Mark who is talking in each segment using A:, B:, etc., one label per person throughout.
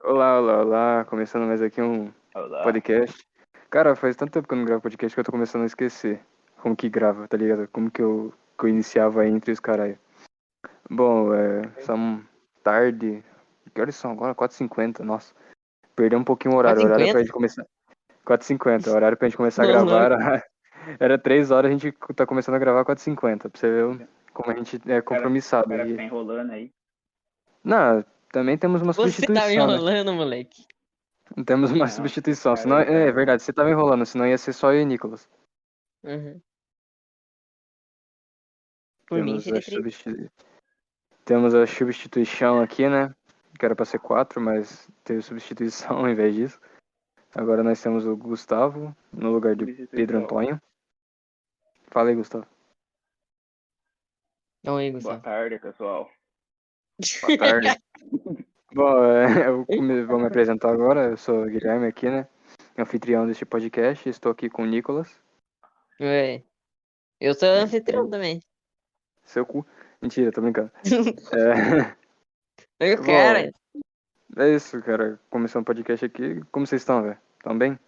A: Olá, olá, olá. Começando mais aqui um
B: Olá.
A: podcast. Cara, faz tanto tempo que eu não gravo podcast que eu tô começando a esquecer como que grava, tá ligado? Como que eu, que eu iniciava a intro e os caralho. Bom, é, são tarde. Que horas são agora? 4h50, nossa. Perdeu um pouquinho o horário. O horário pra
B: 4h50?
A: gente começar. 4h50, o horário pra gente começar a
B: Não,
A: gravar. era- Era 3 horas, a gente tá começando a gravar 4h50, pra você ver como a gente é
B: O
A: compromissado.
B: cara que
A: E-
B: tá enrolando aí.
A: Não, também temos uma
C: Você tá me
A: substituição, né?
C: enrolando, moleque.
A: Temos uma
B: Não,
A: substituição,
B: cara,
A: senão
B: eu-
A: é verdade, você tava enrolando, senão ia ser só eu e Nicolas.
C: Uhum. Por mim
A: Temos
C: seria
A: a,
C: três.
A: substitu- Temos a substituição aqui, né? Que era pra ser quatro, mas teve substituição ao invés disso. Agora nós temos o Gustavo no lugar de Pedro Antônio. Fala aí, Gustavo.
C: Não, aí,
B: Boa
C: Gustavo.
B: tarde, pessoal.
A: Boa tarde. Bom, é, eu come- vou me apresentar agora. Eu sou o Guilherme aqui, né? Anfitrião deste podcast. Estou aqui com o Nicolas.
C: Ué. Eu sou anfitrião também.
A: Seu cu. Mentira, tô brincando. É.
C: Olha
A: Bom.
C: o cara.
A: É isso, cara. Começando o podcast aqui. Como vocês estão, velho? Tão bem?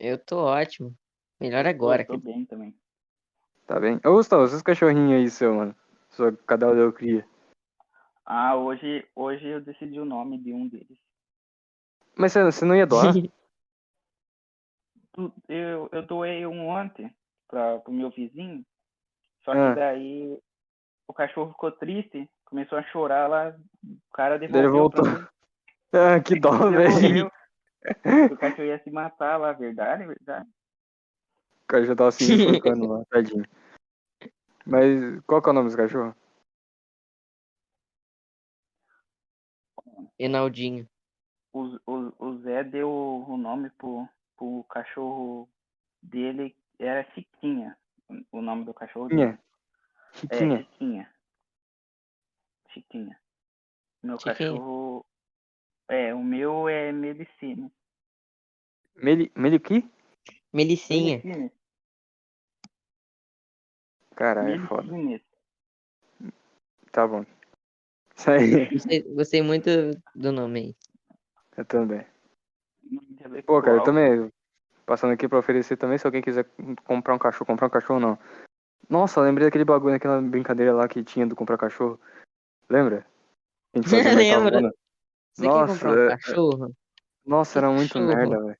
C: Eu tô ótimo. Melhor agora.
B: Tô bem também.
A: Tá bem? Ô, Gustavo, esses cachorrinhos aí, seu, mano. Só cada um eu cria.
B: Ah, hoje, hoje eu decidi o nome de um deles.
A: Mas você- você não ia doar?
B: Tu- Eu, eu doei um ontem pra, pro meu vizinho. Só que
A: Ah.
B: daí o cachorro ficou triste, começou a chorar lá. O cara devolveu.
A: Ele voltou.
B: pra mim.
A: ah, que dó, velho.
B: Devolveu. o cachorro ia se matar lá, verdade, verdade.
A: O cara já tava se enforcando lá, tadinho. Mas qual que é o nome dos cachorros?
C: Enaldinho.
B: O, o, o Zé deu o nome pro, pro cachorro dele, era Chiquinha, o nome do cachorro dele.
A: Chiquinha.
B: É,
A: Chiquinha.
B: Chiquinha. Chiquinha. Meu
C: Chiquinha.
B: cachorro. É, o meu é Melicine.
A: Meli, Meli o quê?
C: Melicinha.
B: Melicine.
A: Caralho, é foda.
B: Melicine.
A: Tá bom. Isso aí.
C: Gostei, gostei muito do nome aí.
A: Eu também.
B: Intelectual.
A: Pô, cara, eu também. Passando aqui pra oferecer também, se alguém quiser comprar um cachorro, comprar um cachorro não. Nossa, lembrei daquele bagulho, aquela brincadeira lá que tinha do comprar cachorro. Lembra? A gente fazia naquela
C: Lembro.
A: zona.
C: Você
A: Nossa,
C: quer comprar um
A: é-
C: cachorro?
A: Nossa, era muito
C: Cachorro.
A: merda, velho.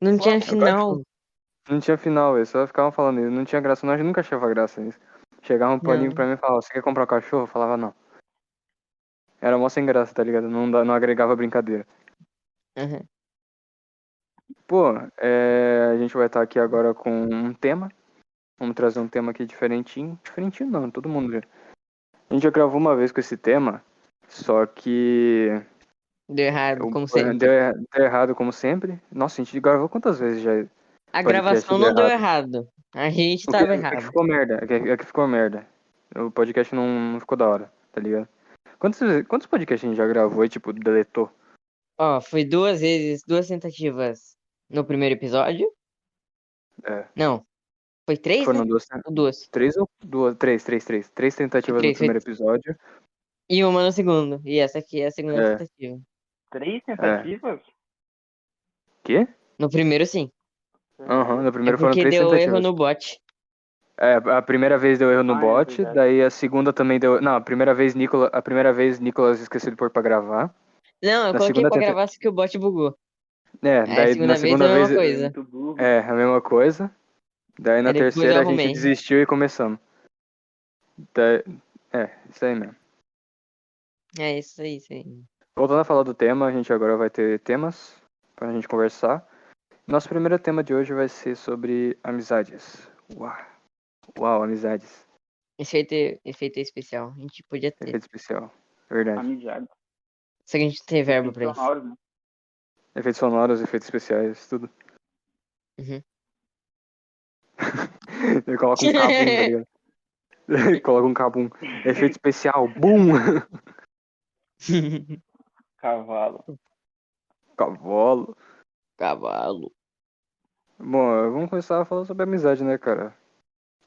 C: Não tinha
A: Agora
C: final.
A: Não tinha final, velho. Só ficavam falando isso. Não tinha graça, nós nunca achava graça nisso. Chegava um paninho
C: Não.
A: pra mim e falava, você quer comprar um cachorro? Eu falava não. Era mó sem graça, tá ligado? Não, dá- não agregava brincadeira.
C: Aham.
A: Pô, é, a gente vai estar aqui agora com um tema. Vamos trazer um tema aqui diferentinho. Diferentinho não, todo mundo já. A gente já gravou uma vez com esse tema, só que
C: Deu errado,
A: o-
C: como sempre.
A: Deu, er- deu errado como sempre. Nossa, a gente gravou quantas vezes já?
C: A gravação
A: deu
C: não deu errado. A gente
A: O
C: tava
A: que- o que
C: errado.
A: ficou merda, é que, é que ficou merda. O podcast não, não ficou da hora, tá ligado? Quantos, quantos podcasts a gente já gravou e, tipo, deletou?
C: Ó, foi duas vezes, duas tentativas no primeiro episódio.
A: É.
C: Não. Foi três,
A: Foram
C: né?
A: duas,
C: Ou duas.
A: três ou duas? Três, três, três. Três tentativas
C: Três,
A: no primeiro episódio.
C: E uma no segundo. E essa aqui é a segunda
A: É.
C: tentativa.
B: Três tentativas?
A: Quê?
C: No primeiro, sim.
A: Aham, no
C: É
A: primeiro foram
C: porque
A: três
C: deu
A: tentativas.
C: erro no bot.
A: É, a primeira vez deu erro no
B: Ah, é
A: bot,
B: verdade.
A: daí a segunda também deu. Não, a primeira vez Nicolas, a primeira vez Nicolas esqueceu de pôr pra gravar.
C: Não, eu
A: Na
C: coloquei
A: segunda
C: pra
A: tenta-
C: gravar só que o bot bugou.
A: É,
C: Aí a
A: daí
C: segunda
A: na
C: vez
A: segunda
C: é a
A: vez,
C: mesma coisa.
B: Muito burro.
A: é a mesma coisa. Daí na
C: Aí depois
A: terceira
C: eu
A: a gente
C: arrumei.
A: desistiu e começamos. Daí- É, isso aí mesmo.
C: É isso aí, isso aí.
A: Voltando a falar do tema, a gente agora vai ter temas pra gente conversar. Nosso primeiro tema de hoje vai ser sobre amizades. Uau, Uau amizades.
C: Efeito, efeito especial. A gente podia ter.
A: Efeito especial. É Verdade.
B: Amizade.
C: Só que a gente não tem verbo pra isso.
B: Sonoro, né?
A: Efeitos sonoros, efeitos especiais, tudo.
C: Uhum.
A: Ele coloca um cabum, tá ligado? Ele coloca um cabum. Efeito especial, bum!
B: Cavalo.
A: Cavalo.
C: Cavalo.
A: Bom, vamos começar a falar sobre amizade, né, cara?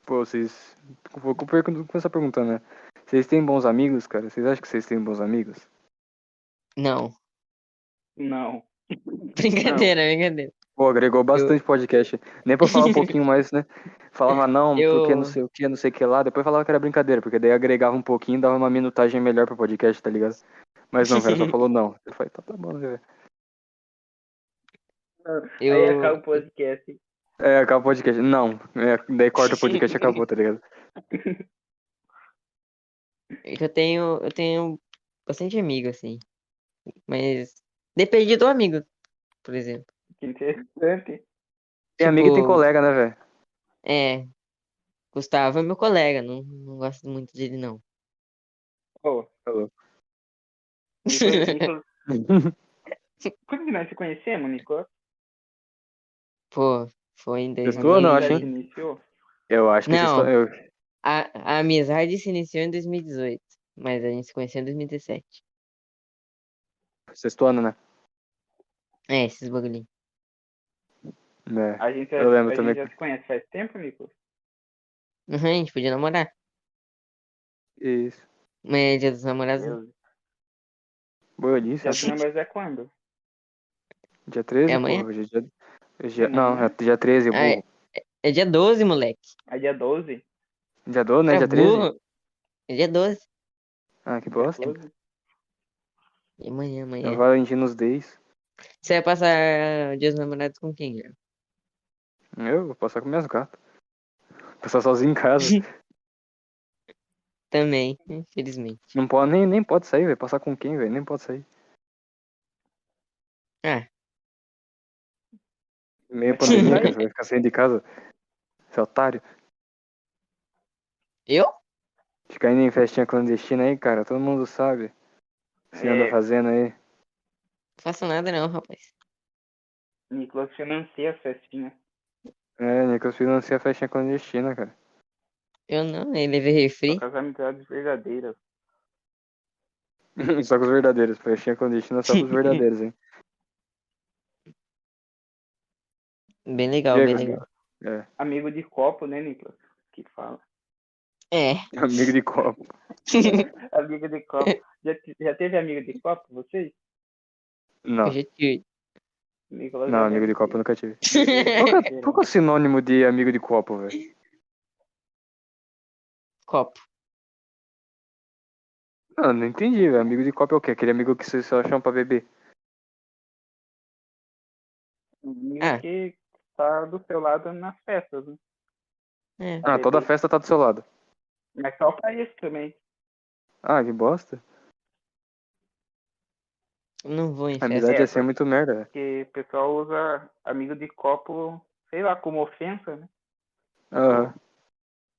A: Pô, vocês. Vou pergun- começar perguntando, né? Vocês têm bons amigos, cara? Vocês acham que vocês têm bons amigos?
C: Não.
B: Não.
C: Brincadeira, brincadeira.
A: Pô, agregou bastante podcast. Nem pra falar um pouquinho mais, né? Falava não,
C: Eu-
A: porque não sei o que, não sei o que lá. Depois falava que era brincadeira, porque daí agregava um pouquinho, dava uma minutagem melhor pro podcast, tá ligado? Mas não, o cara só falou não. Eu falei, tá, tá bom, né, velho?
C: Eu...
B: Aí acaba o podcast.
A: É, acaba o podcast. Não. É, daí corta o podcast e acabou, tá ligado?
C: É que Eu tenho, eu tenho bastante amigo, assim. Mas depende do amigo, por exemplo.
B: Que interessante.
A: Tem amigo e tem
C: Tipo-
A: colega, né, velho?
C: É, Gustavo é meu colega, não, não gosto muito dele, não.
B: Oh,
A: Falou.
B: Nicolas, Nicolas, quando Então, que nós se conhecemos, Nicolas?
C: Pô, foi em
A: Testou ou não,
C: 2000
A: acho, hein?
B: Iniciou?
A: Eu acho que vocês
C: Não.
A: só- eu-
C: A, a amizade se iniciou em 2018, mas a gente se conheceu em 2017.
A: Sexto ano, né?
C: É, esses bagulhinhos.
A: É.
B: A gente, já,
A: Eu lembro
B: a
A: também
B: gente já
A: que-
B: se conhece faz tempo, Nicolas?
C: Uhum, a gente podia namorar.
A: É, Isso.
C: Mas é dia dos namorados, não.
A: Boa lista.
B: Já se lembra já quando?
A: Dia 13?
C: É amanhã?
A: Pô, hoje é dia... hoje é-
B: É
A: Não, é
B: amanhã.
A: dia 13, burro.
C: Ah, é, é dia 12, moleque.
B: Aí é dia 12?
A: Dia 12, né?
C: É
A: Dia 13?
C: burro. É dia 12.
A: Ah, que bosta.
B: 12?
C: E amanhã,
A: É
C: amanhã.
A: Valentinos Days.
C: Você vai passar o dia dos namorados com quem, Guilherme?
A: Eu vou passar com minhas gatas. Passar sozinho em casa.
C: Também, infelizmente.
A: Não pode, nem, nem pode sair, velho. Passar com quem, velho? Nem pode sair.
C: É.
A: Meio
B: Mas você
A: pandemia,
B: vai?
A: cara. Você vai ficar saindo de casa. Seu otário.
C: Eu?
A: Ficar indo em festinha clandestina aí, cara. Todo mundo sabe. Você anda
B: É.
A: fazendo aí.
C: Não faço nada não, rapaz.
B: Nicolas financia a festinha.
A: É, Nicolas financia a festinha clandestina, cara.
C: Eu não, eu levei refri.
B: Com as amizades verdadeiras.
A: só com os verdadeiros. Festinha clandestina só com os verdadeiros, hein?
C: Bem legal,
A: E aí,
C: Tá bem
A: Gustavo? É.
C: legal.
B: Amigo de copo, né, Nicolas? Que fala.
C: É.
A: Amigo de copo.
B: Amigo de copo. Já, te- já teve amigo de copo, vocês?
A: Não.
C: Eu já tive.
B: Nicolas
A: Não,
B: já
A: amigo
B: deve
A: de copo eu
B: ter.
A: nunca tive. Qual que, é, qual que é o sinônimo de amigo de copo, velho?
C: Copo.
A: Não, Ah, não entendi, velho. Amigo de copo é o quê? Aquele amigo que vocês só chamam pra beber.
B: Amigo
C: Ah.
B: que tá do seu lado nas festas, né?
C: É.
A: Ah, toda festa tá do seu lado.
B: Mas só pra isso também.
A: Ah, que bosta.
C: eu Não vou em
A: A
C: festa.
A: amizade assim é muito merda, velho.
B: Porque o pessoal usa amigo de copo, sei lá, como ofensa, né?
A: Aham.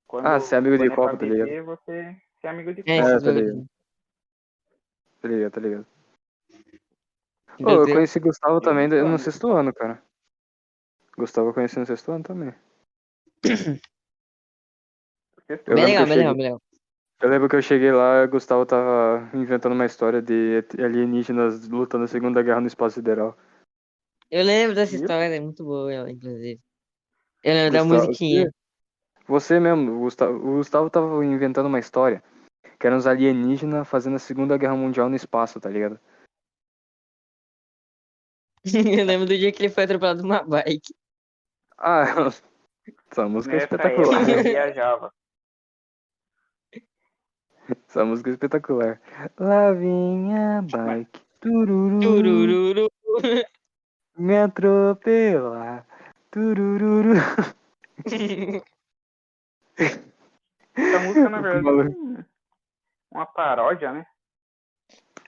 B: Quando,
A: Ah, ser amigo de
B: quando é
A: copo,
B: pra
A: tá
B: beber, Você ser amigo de
C: É,
B: copo.
C: esses
A: tá
C: bagulhinhos.
A: Tá ligado, tá ligado. Ô, eu
C: Brasil.
A: conheci Gustavo
B: Eu
A: também
B: não
A: do- no
B: lembro.
A: sexto ano, cara. Gustavo eu conheci no sexto ano também.
B: Sexto
A: Eu lembro
C: Bem
A: que
C: legal,
A: eu
C: bem legal, bem legal.
A: Eu lembro que eu cheguei lá, Gustavo tava inventando uma história de alienígenas lutando a Segunda Guerra no espaço sideral.
C: Eu lembro dessa
B: Viu?
C: história, é muito boa ela, inclusive. Eu lembro da
A: Gustavo,
C: musiquinha.
A: Você mesmo, o Gustavo, o Gustavo tava inventando uma história que eram os alienígenas fazendo a Segunda Guerra Mundial no espaço, tá ligado?
C: Eu lembro do dia que ele foi atropelado por uma bike.
A: Ah, essa música é
B: Nessa
A: espetacular.
B: época eu viajava.
A: Essa música é espetacular. Lá vem a bike, tururu,
C: Turururu.
A: me atropelar, turururu.
B: Essa música, na
A: Que
B: verdade,
A: maluco.
B: é uma paródia, né?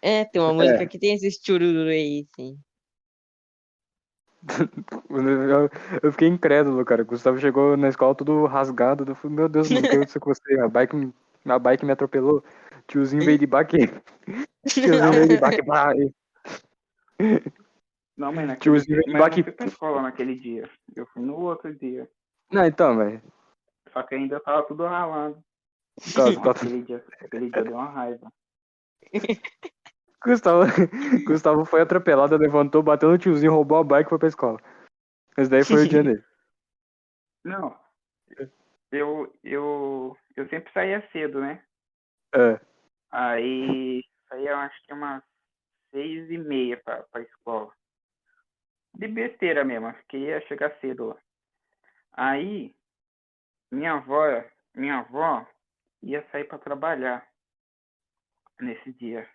C: É, tem uma música que tem esses chururu aí, sim.
A: Eu, eu fiquei incrédulo, cara. O Gustavo chegou na escola todo rasgado. Eu falei, meu Deus, mano, o que aconteceu com você? A bike, me- a bike me atropelou. Tiozinho veio de baque. Tiozinho veio de baque. bah, e-
B: Não, mas naquele
A: Tiozinho
B: dia,
A: veio de
B: mas eu
A: baque.
B: não fui pra escola naquele dia. Eu fui no outro dia.
A: Não, então, velho.
B: Só que ainda tava tudo ralado.
A: Tá,
B: Nossa,
A: tá
B: Aquele, dia, aquele dia deu uma raiva.
A: Gustavo, Gustavo foi atropelado, levantou, bateu no tiozinho, roubou a bike e foi pra escola. Esse daí foi o dia dele.
B: Não. Eu, eu, eu sempre saía cedo, né?
A: É.
B: Aí saía acho que é umas seis e meia pra, pra escola. De besteira mesmo, acho que ia chegar cedo lá. Aí minha avó, minha avó ia sair pra trabalhar nesse dia,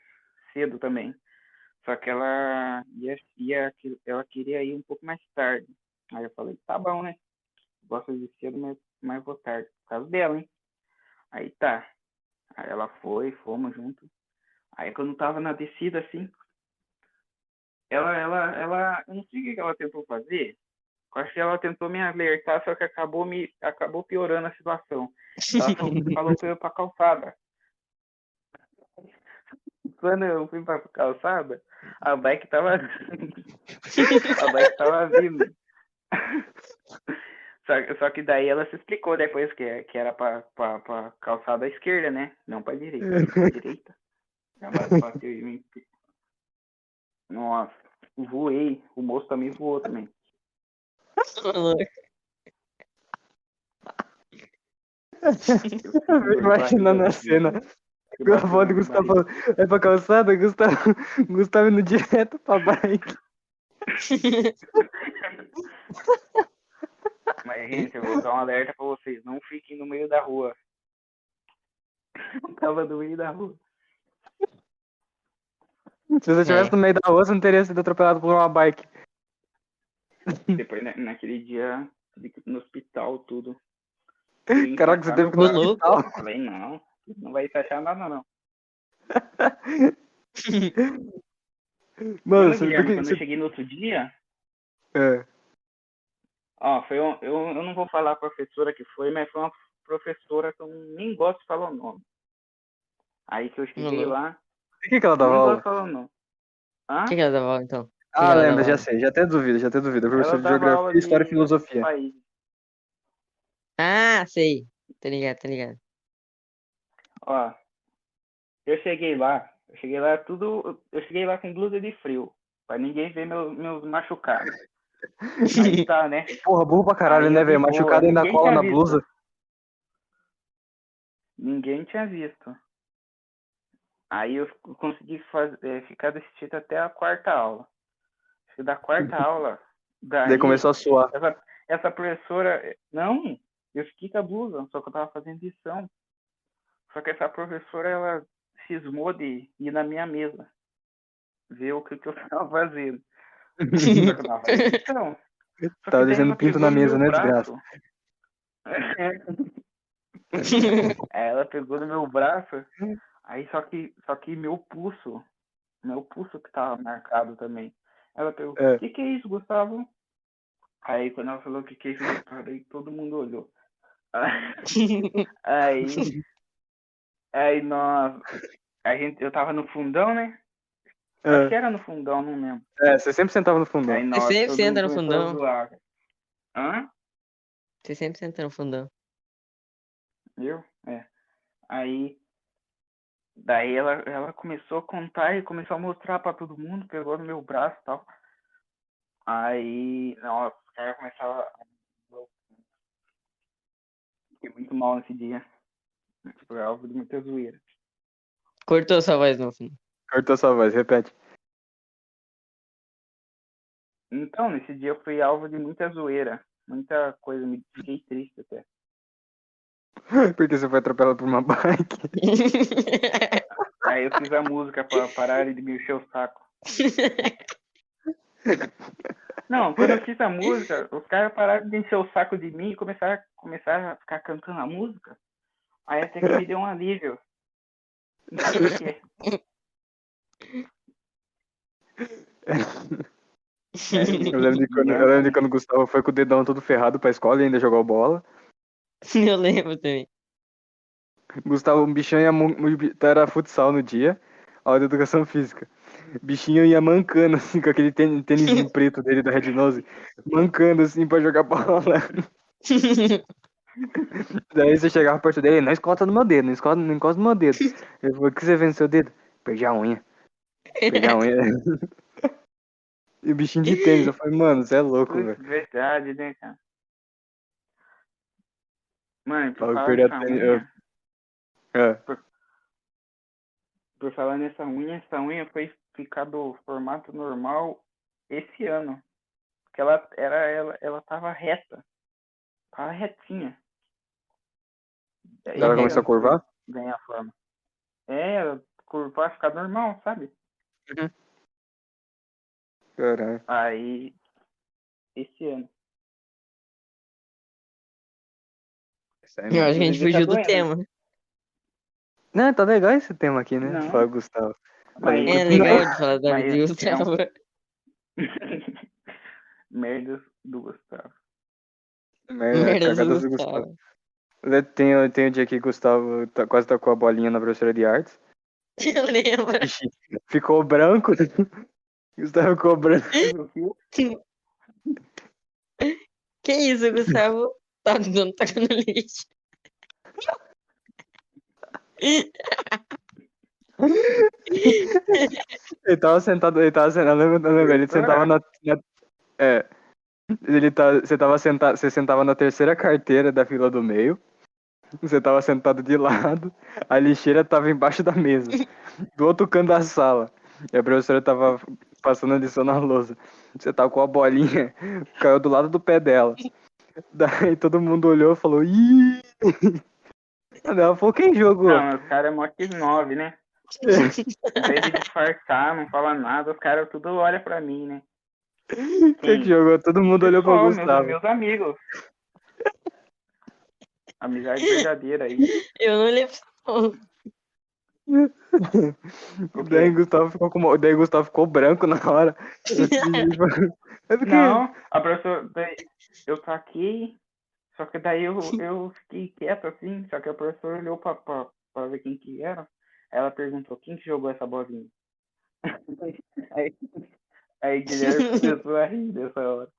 B: cedo também. Só que ela ia, ia ela queria ir um pouco mais tarde. Aí eu falei, tá bom, né? Gosto de cedo, mas, mas vou tarde, por causa dela, hein? Aí tá. Aí ela foi, fomos junto. Aí quando tava na descida assim, ela, ela, ela, eu não sei o que que ela tentou fazer. Eu acho que ela tentou me alertar, só que acabou me, acabou piorando a situação. Ela falou- falou que eu ia pra calçada. Quando eu fui pra calçada, a bike tava. a bike tava vindo. Só, que- só que daí ela se explicou depois que, que era pra, pra, pra calçada esquerda, né? Não pra direita. Pra direita. Ela bateu em mim. Nossa, voei. O moço também voou também. Eu fiquei com dor de
A: Imaginando
B: barriga,
A: a cena.
B: fiquei
A: A avó do
B: batendo na
A: Gustavo
B: barriga.
A: vai pra calçada, Gustavo, Gustavo indo direto pra bike.
B: Mas, gente, eu vou dar um alerta pra vocês. Não fiquem no meio da rua. Eu tava no meio da rua.
A: Se você estivesse
C: É.
A: no meio da rua, você não teria sido atropelado por uma bike.
B: Depois, né, naquele dia, tive que ir no hospital, tudo. Fui
A: Caraca, você
B: encaixar
A: teve
B: no
A: que um ir no
B: braço.
A: hospital.
B: Eu falei, não, não vai se achar nada, não.
A: Mano,
B: Lembra,
A: você
B: Guilherme,
A: porque.
B: quando eu
A: você-
B: cheguei no outro dia,
A: É.
B: ó, foi um, eu, eu não vou falar a professora que foi, mas foi uma professora que eu nem gosto de falar o nome. Aí que eu cheguei
C: Não.
B: lá,
A: De que, que ela
B: não
A: dava
B: gosto de
A: aula?
B: falar o nome. Hã?
C: O que que ela dava aula, então?
A: Ah,
C: ela dava
A: lembra, já
C: aula?
A: sei, já até duvido, já até duvido. Professor de
B: né, dava aula
A: Geografia, História e
B: de-
A: Filosofia.
B: País.
C: Ah, sei. Tá ligado, tá ligado.
B: Ó, eu cheguei lá, eu cheguei lá tudo, eu cheguei lá com blusa de frio, pra ninguém ver meu, meus machucados. Aí tá, né?
A: Porra, burro pra caralho,
B: Aí
A: né,
B: eu
A: velho?
B: de boa,
A: Machucado ainda
B: ninguém
A: cola
B: tinha
A: na
B: visto.
A: blusa.
B: Ninguém tinha visto. Aí eu f- consegui faz- eh, ficar desse jeito até a quarta aula. Acho que Da quarta aula, daí
A: Daí começou a suar.
B: essa, essa professora, eh, não, eu fiquei com a blusa, só que eu tava fazendo lição. Só que essa professora, ela cismou de ir na minha mesa, ver o que, que eu tava fazendo. Só que eu tava fazendo lição. Só que
A: Tava
B: daí
A: dizendo
B: ela
A: pinto
B: pegou
A: na
B: no
A: mesa,
B: meu
A: né,
B: braço. Aí ela pegou no meu braço,
A: Hum.
B: aí só que, só que meu pulso, meu pulso que tava marcado também. Ela pegou,
A: É.
B: o que que é isso, Gustavo? Aí quando ela falou o que que é isso, Gustavo, aí todo mundo olhou. Aí, aí nós, a gente, eu tava no fundão, né? Acho
A: É,
B: que era no fundão, não lembro.
A: é, você sempre sentava no fundão.
B: Aí nós,
C: sempre
B: todo mundo
C: senta no
B: começou a
C: fundão.
B: zoar. Hã?
C: Você sempre senta no fundão.
B: Eu? É. Aí. Daí ela, ela começou a contar e começou a mostrar pra todo mundo, pegou no meu braço e tal. Aí. Nossa, os caras começavam. a- Fiquei muito mal nesse dia. Tipo, é alvo de muita zoeira.
C: Cortou sua voz no fundo.
A: Cortou sua voz, repete.
B: Então, nesse dia eu fui alvo de muita zoeira. Muita coisa, me fiquei triste até.
A: Porque você foi atropelado por uma bike.
B: Aí eu fiz a música pra parar de me encher o saco. Não, quando eu fiz a música, os caras pararam de encher o saco de mim e começaram, começaram a ficar cantando a música. Aí até que me deu um alívio. Não sei por quê.
A: Eu lembro, de quando, eu lembro de quando o Gustavo foi com o dedão todo ferrado pra escola e ainda jogou bola.
C: Eu lembro também.
A: Gustavo, um bichão ia. mon- Era futsal no dia, aula de educação física. Bichinho ia mancando, assim, com aquele tê- tênis preto dele da Red Nose. Mancando, assim, pra jogar bola. Daí você chegava perto dele, não escolta no meu dedo, não escolta, não encosta no meu dedo. Ele falou, o que você vê no seu dedo? Perdi a unha. Perdi a unha. e o bichinho de tênis, eu falei, mano, você é louco, velho.
B: Putz, verdade, né, cara? Mano, por
A: Fala que
B: falar
A: perdeu
B: dessa
A: a tênis,
B: unha,
A: É.
B: Por falar nessa unha, essa unha foi ficar do formato normal esse ano. Porque ela era ela, ela tava reta. Tava retinha. Daí
A: Ela
C: Ele-
A: começou a curvar?
B: ganhar forma. É, ela curvar ficar normal, sabe?
A: Caralho.
B: Aí esse ano.
A: Isso aí é
C: Eu acho que a
A: mesmo.
C: gente
B: Inclusive, tá
C: fugiu do
B: doendo.
C: tema.
A: Não, tá legal esse tema aqui, né?
B: Não.
A: Fala, Gustavo.
B: Mas,
C: É legal de falar da
B: Mas é,
C: vida
B: eu-
C: ilustrada.
B: Merdas do Gustavo. é,
A: Merda,
C: Merda
A: cagadas do Gustavo. é,
C: ilustrada.
A: Tem, o- tem o dia que o Gustavo tá, quase tacou a bolinha na professora de artes.
C: Eu lembro.
A: Ixi, Ficou branco. Gustavo ficou branco.
C: Que isso, o Gustavo? Tá dando taca no lixo.
A: Ele tava sentado, ele tava sentado, eu lembro- eu lembro, ele sentava na, na- é, ele tá, você tava sentado, você sentava na terceira carteira da fila do meio, você tava sentado de lado, a lixeira tava embaixo da mesa, do outro canto da sala, e a professora tava passando a lição na lousa, você tava com a bolinha, caiu do lado do pé dela, daí todo mundo olhou e falou, ih, ela falou, quem jogou?
B: Não, os caras é mó que nove, né? Em vez de disfarçar, não fala nada, os caras tudo olha pra mim, né?
A: Quem que jogou? Todo mundo olhou pra
B: Pessoal, meus-
A: Gustavo.
B: Meus, amigos. Amizade verdadeira aí.
C: Eu não lembro. não.
A: Daí Gustavo ficou com... Daí Gustavo ficou branco na hora. É porque-
B: Não, a professora. daí Eu taquei, só que daí eu, eu fiquei quieto assim, só que a professora olhou pra, pra, pra ver quem que era. Ela perguntou quem que jogou essa bolinha. aí, aí Guilherme começou a rir dessa hora.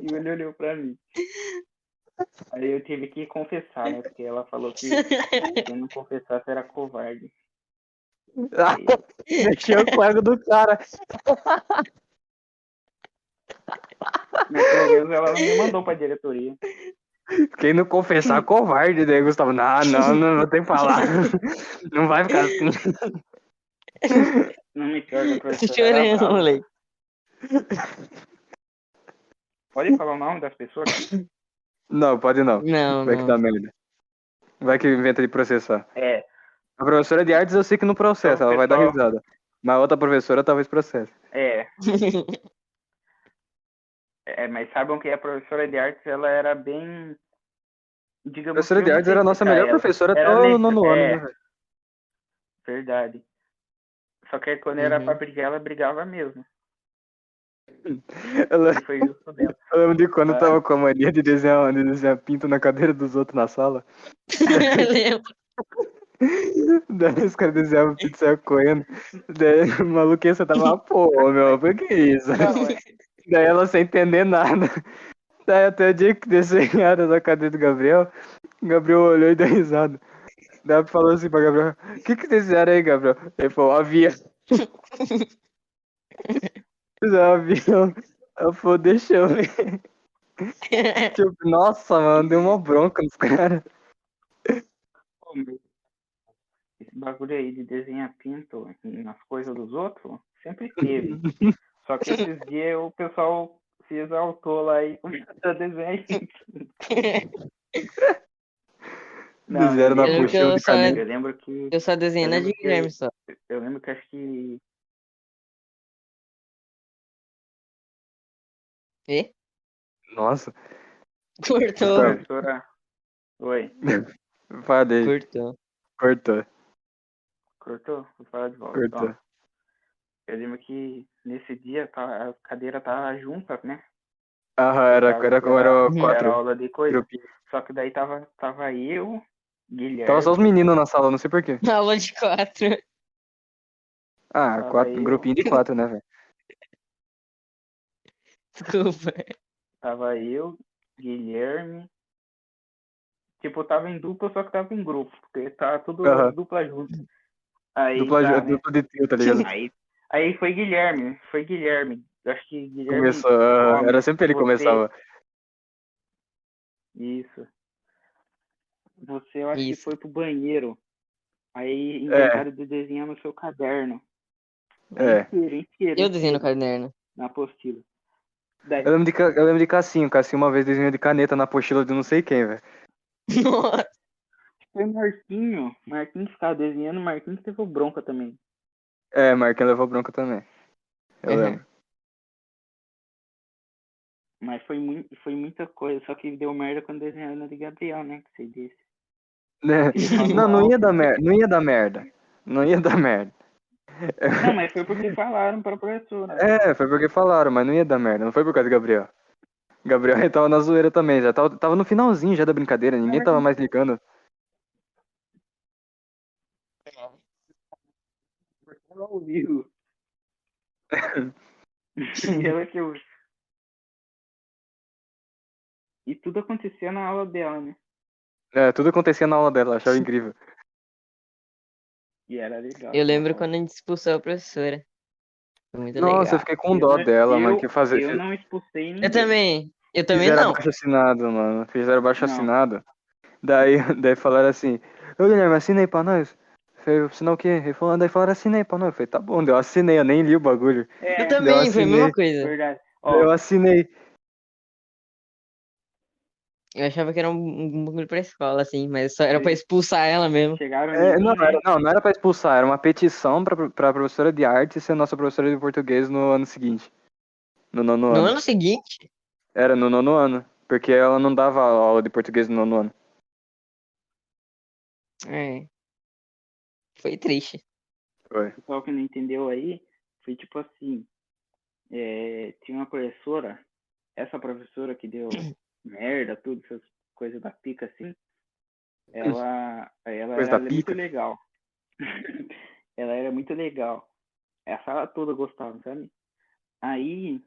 B: e ele olhou pra mim. Aí eu tive que confessar, né? Porque ela falou que se eu não confessasse era covarde.
A: Ah, mexeu com o ego do cara.
B: Mas pelo menos ela não me mandou pra diretoria.
A: Quem não confessar, covarde. Daí Gustavo, não, não, não, não tem que falar. Não vai ficar assim.
B: Não me pega,
C: Tô
B: professora. ela
C: chorando,
B: fala.
C: moleque.
B: Pode falar o nome das pessoas?
A: Não, pode não.
C: Não,
A: Vai que
C: não.
A: dá merda. Vai que inventa de processar.
B: É,
A: A professora de artes eu sei que não processa, ela vai dar
B: Pessoal.
A: risada. Mas a outra professora talvez processe.
B: é, é. Mas saibam que a professora de artes, ela era bem.
A: A
B: Digamos
A: professora
B: que eu
A: de
B: não
A: artes
B: sei
A: era a nossa
B: explicar
A: melhor
B: ela.
A: professora até
B: Era
A: o
B: lenta,
A: nono ano, né,
B: é.
A: velho?
B: Verdade. Só que quando era
C: Uhum.
B: pra brigar, ela brigava mesmo.
A: Eu lembro-
B: E foi isso dela.
A: eu lembro de quando eu
B: Ah.
A: tava com a mania de desenhar, de desenhar pinto na cadeira dos outros na sala.
C: Eu lembro.
A: Daí os caras desenhavam pizza e saíam correndo. Daí o maluco ia sentar e falava, pô, meu, por que isso?
B: Não, é,
A: Daí ela sem entender nada. Daí até o dia que desenharam na cadeira do Gabriel, o Gabriel olhou e deu risada. Daí ela falou assim pra Gabriel, o que que desenharam aí, Gabriel? Ele falou, avião. Desenharam um avião. Ela falou, deixa eu ver. Tipo, nossa, mano, deu uma bronca nos caras.
B: pô, meu. Esse bagulho aí de desenhar pinto nas coisas dos outros, sempre teve. Só que esses dias o pessoal se exaltou lá e começou a desenhar pinto. Não,
A: Desenharam na
C: eu lembro que
A: puxinha
C: eu
A: de
C: só-
A: caneta.
B: Eu lembro que.
C: Eu só desenhei na de Guilherme só.
B: Eu lembro que acho que
C: Vê?
A: Nossa,
C: Cortou,
B: professora. é. Oi,
A: falei,
C: cortou.
A: cortou,
B: cortou? Vou falar de volta.
A: cortou.
B: Ó, eu lembro que nesse dia tá- a cadeira tava juntas, né?
A: Aham, era,
B: Tava-
A: era, era
B: era
A: quatro
B: aula de coisa.
A: grupinhos.
B: Só que daí tava, tava eu, Guilherme.
A: Tava só os meninos na sala, não sei porquê.
C: Na aula de quatro.
A: Ah,
B: Tava
A: quatro,
B: eu.
A: grupinho de quatro, né, velho?
C: Desculpa.
B: Tava eu, Guilherme. Tipo, tava em dupla, só que tava em grupo. Porque tava tudo
A: Aham.
B: dupla junto. Aí,
A: Dupla,
B: tá,
A: ju-
B: né?
A: dupla de trio, tá ligado?
B: aí, aí foi Guilherme. Foi Guilherme. Acho que Guilherme.
A: Começou, ah, era sempre ele que
B: você-
A: começava.
B: Isso. Você, eu acho
C: Isso.
B: que foi pro banheiro. Aí inventaram de desenhar no seu caderno.
A: É.
B: Inteiro, inteiro.
C: Eu desenho no caderno.
B: Na apostila. Daí,
A: Eu lembro de, Ca- eu lembro de Cassinho. Cassinho uma vez desenhou de caneta na apostila de não sei quem, velho.
C: Nossa.
B: foi Marquinho. Marquinho ficava desenhando, Marquinho teve bronca também.
A: É, Marquinhos levou bronca também. Eu
C: Uhum.
A: lembro.
B: Mas foi, mui- foi muita coisa, só que deu merda quando desenharam na de Gabriel, né? Que você disse.
A: Né? Não, não ia dar merda. Não ia dar merda. Não ia dar merda.
B: Não, mas foi porque falaram pra professora.
A: É, foi porque falaram, mas não ia dar merda. Não foi por causa do Gabriel. Gabriel ele tava na zoeira também, já tava, tava no finalzinho já da brincadeira, ninguém tava mais ligando.
B: Ela ouviu. Ela que ouviu. E tudo acontecia na aula dela, né?
A: É, tudo acontecia na aula dela, eu achava incrível.
B: E era legal.
C: Eu lembro quando a gente expulsou a professora. Foi muito
A: Nossa, eu
C: Tá legal.
A: fiquei com dó
B: Eu-
A: dela, mano,
B: eu-
A: que fazer.
B: Eu não expulsei ninguém.
C: Eu também. Eu também
A: Fizeram
C: não.
A: baixo assinado, mano. Fizeram baixo
B: Não.
A: assinado. Daí, daí falaram assim, ô Guilherme, assina aí pra nós. Eu Falei, assinar o quê? Ele falou, daí falaram, assina aí pra nós. Eu falei, tá bom, daí eu assinei, eu nem li o bagulho.
B: É,
C: Eu também, foi a mesma
A: assinei.
C: coisa.
B: verdade.
A: Daí
B: Ó,
A: Eu assinei.
C: Eu achava que era um, um bagulho pra escola, assim, mas só era pra expulsar ela mesmo.
B: chegaram
A: É,
B: em
A: não,
B: mim,
A: não era, não, não era pra expulsar, era uma petição pra, pra professora de arte ser nossa professora de português no ano seguinte. No nono
C: No
A: ano.
C: ano seguinte?
A: Era no nono ano. Porque ela não dava aula de português no nono ano.
C: É. Foi triste.
A: Foi.
B: O pessoal que não entendeu aí, foi tipo assim, é, tinha uma professora, essa professora que deu merda, tudo, essas coisas da pica assim, ela, ela
A: Coisa da
B: era muito
A: pica.
B: legal. ela era muito legal. A sala toda gostava, sabe? Aí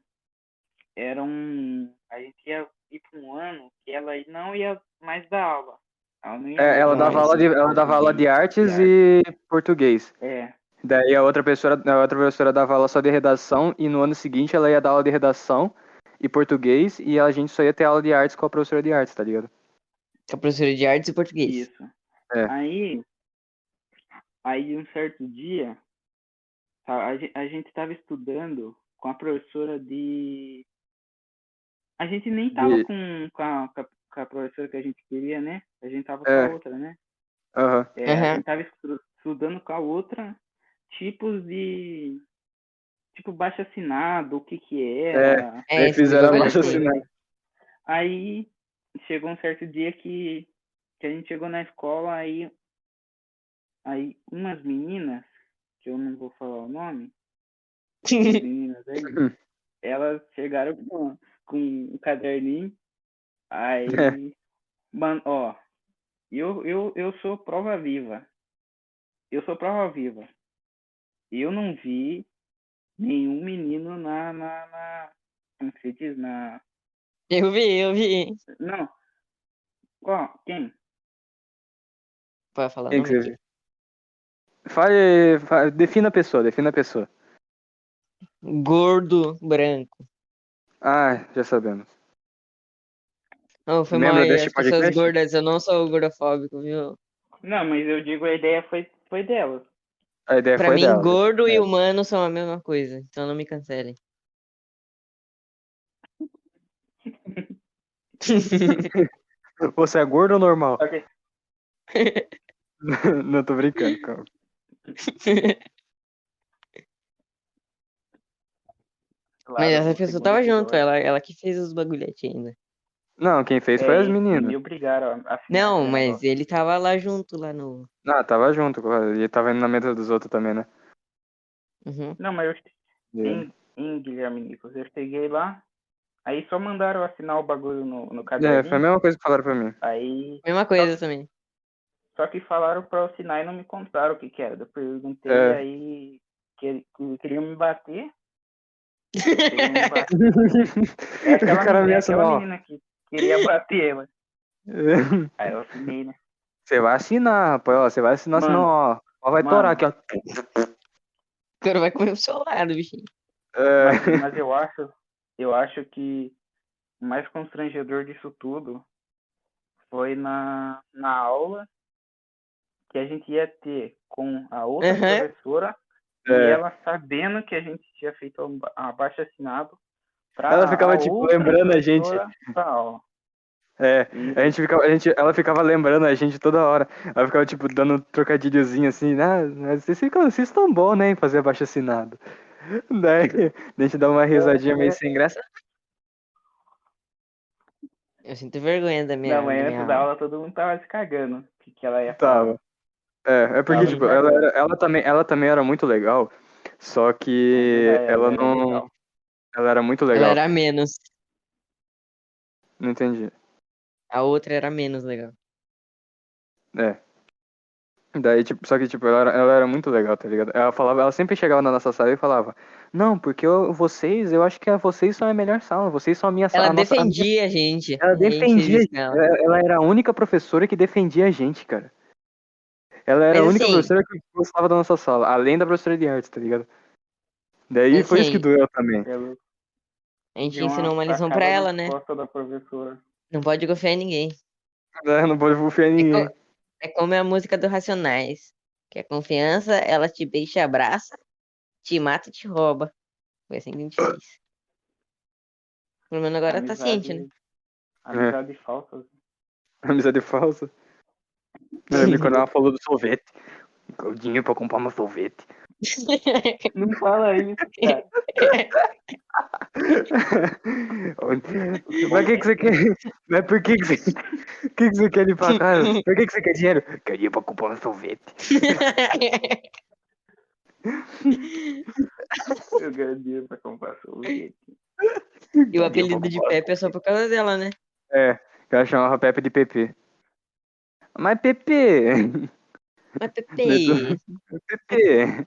B: era um. A gente ia ir pra um ano que ela não ia mais dar aula. Ela, não ia mais
A: É, ela
B: dar É.
A: dava aula de, ela dava aula de artes
B: De
A: e português.
B: É,
A: Daí a outra professora, a outra professora dava aula só de redação e no ano seguinte ela ia dar aula de redação e português e a gente só ia ter aula de artes com a professora de artes, tá ligado?
C: Com a professora de artes e português.
B: Isso.
A: É.
B: Aí, aí um certo dia, tá, a, a gen- a gente estava estudando com a professora de. A gente nem estava
A: De-
B: com, com, a, com a- com a professora que a gente queria, né? A gente estava
A: É.
B: com a outra, né?
A: Aham.
B: É,
C: Aham.
B: A gente estava estudando com a outra tipos de. Tipo, baixo assinado, o que que era.
C: É,
A: Daí
C: esse
A: fizeram
C: bagulho
A: abaixo
C: foi.
A: assinado.
B: Aí chegou um certo dia que, que a gente chegou na escola, aí, aí umas meninas, que eu não vou falar o nome, as
A: assim.
B: meninas aí, elas chegaram com, com um caderninho, aí, mano, ó, eu, eu, eu sou prova viva. Eu sou prova viva. Eu não vi nenhum menino na, na, na como que se diz, na,
C: Eu vi, eu vi.
B: não, qual, quem?
C: Pode falar.
A: Quem
C: nome
A: que você
C: aqui.
A: Fale, fale- defina a pessoa, defina a pessoa.
C: Gordo branco.
A: Ah, já sabemos.
C: Não, foi
A: Lembra
C: mal aí,
A: deste
C: as pessoas
A: podcast?
C: gordas, eu não sou gordofóbico, viu?
B: Não, mas eu digo a ideia foi, foi dela.
A: A ideia
C: pra
A: É, foi
C: mim,
A: dela.
C: gordo e
A: É.
C: humano são a mesma coisa, então não me cancelem.
A: Você é gordo ou normal?
B: Só que-
A: não tô brincando, calma.
C: Mas
B: Claro,
C: essa
B: o
C: pessoa
B: segundo episódio.
C: tava
A: né?
C: junto, ela, ela que fez os bagulhetes ainda.
A: Não, quem fez foi
B: É,
A: as meninas.
B: Me obrigaram a assinar
C: Não,
B: esse
C: mas
B: negócio.
C: ele tava lá junto, lá no.
A: Ah, tava junto, claro. E tava indo na meta dos outros também, né?
C: Uhum.
B: Não, mas eu
A: E-
B: em, em Guilherme Nichols, eu cheguei lá, aí só mandaram eu assinar o bagulho no, no
A: É, foi a
B: caderninho.
A: mesma coisa que falaram pra mim.
B: Aí,
C: Mesma coisa também.
B: só que falaram pra eu assinar e não me contaram o que que era. Eu perguntei,
A: É.
B: aí que, que queriam me bater. Queriam me bater. É aquela,
A: o cara
B: menina, é
A: ameaça,
B: aquela
A: ó.
B: menina que queria bater ela.
A: É.
B: Aí eu assinei, né?
A: Você vai assinar, rapaz, ó. Você vai assinar,
B: Mano.
A: senão, ó. ó vai
B: Mano.
A: torar aqui, ó.
C: O cara vai comer pro seu lado, bichinho.
B: Mas,
A: É.
B: mas eu acho, eu acho que o mais constrangedor disso tudo foi na, na aula que a gente ia ter com a outra
C: Uhum.
B: professora e
A: É.
B: ela sabendo que a gente tinha feito um ba- abaixo assinado pra
A: Ela ficava, tipo,
B: outra
A: lembrando a gente.
B: professora tal.
A: É,
B: E-
A: a gente ficava, a gente, ela ficava lembrando a gente toda hora. Ela ficava, tipo, dando um trocadilhozinho assim, ah, mas vocês, ficam, vocês estão bons, né, em fazer abaixo assinado. Daí, a gente dava uma risadinha meio sem graça.
C: Eu sinto vergonha da
A: É.
C: minha.
B: Na manhã
C: da
B: antes
C: minha
B: da
C: aula.
B: aula todo mundo tava se cagando. O que, que ela ia falar?
A: Tava. É, é porque,
B: Tava
A: tipo,
B: bem
A: ela, era- ela, também, ela também era muito legal, só que
B: É,
A: ela
B: era
A: não.
B: legal.
A: Ela era muito
C: Ela
A: é legal.
C: era menos.
A: Não entendi.
C: A outra era menos legal.
A: Daí, tipo, só que, tipo, ela era, ela era muito legal, tá ligado? Ela falava, ela sempre chegava na nossa sala e falava, não, porque eu- vocês, eu acho que a- vocês são a melhor sala, vocês são a minha sala.
C: Ela
A: a nossa- a minha
C: defendia a gente.
A: Ela
C: A gente
A: defendia,
C: resistia ela.
A: Ela, ela era a única professora que defendia a gente, cara. Ela era
C: Mas
A: a única
C: assim-
A: professora que gostava da nossa sala, além da professora de artes, tá ligado? Daí
C: Mas
A: foi isso que
C: assim,
A: doeu também.
B: Pelo-
C: A gente
B: deu
C: ensinou uma lição
B: facada
C: pra
B: nas
C: ela, né?
B: costas da professora.
C: Não pode confiar em ninguém.
A: Eu não vou confiar em
C: É,
A: ninguém.
C: co- é como é a música do Racionais. Que a confiança, ela te beija, e abraça, te mata e te rouba. Foi assim que a gente fez. Pelo menos agora tá ciente, né?
B: Amizade falsa.
A: Amizade falsa. Eu lembro quando ela falou do sorvete. O dinheiro pra comprar uma sorvete.
B: Não fala isso, cara.
A: Mas que que você quer? Mas por que que você, que que você quer ir pra casa? Por que que você quer dinheiro? Quer dinheiro pra comprar um sorvete.
B: Eu ganho dinheiro pra comprar sorvete.
C: e o apelido de Pepe é só por causa dela, né?
A: É, que ela chamava Pepe de Pepe. Mas Pepe,
C: Mas
A: Mas
C: Pepe,
A: Pepe,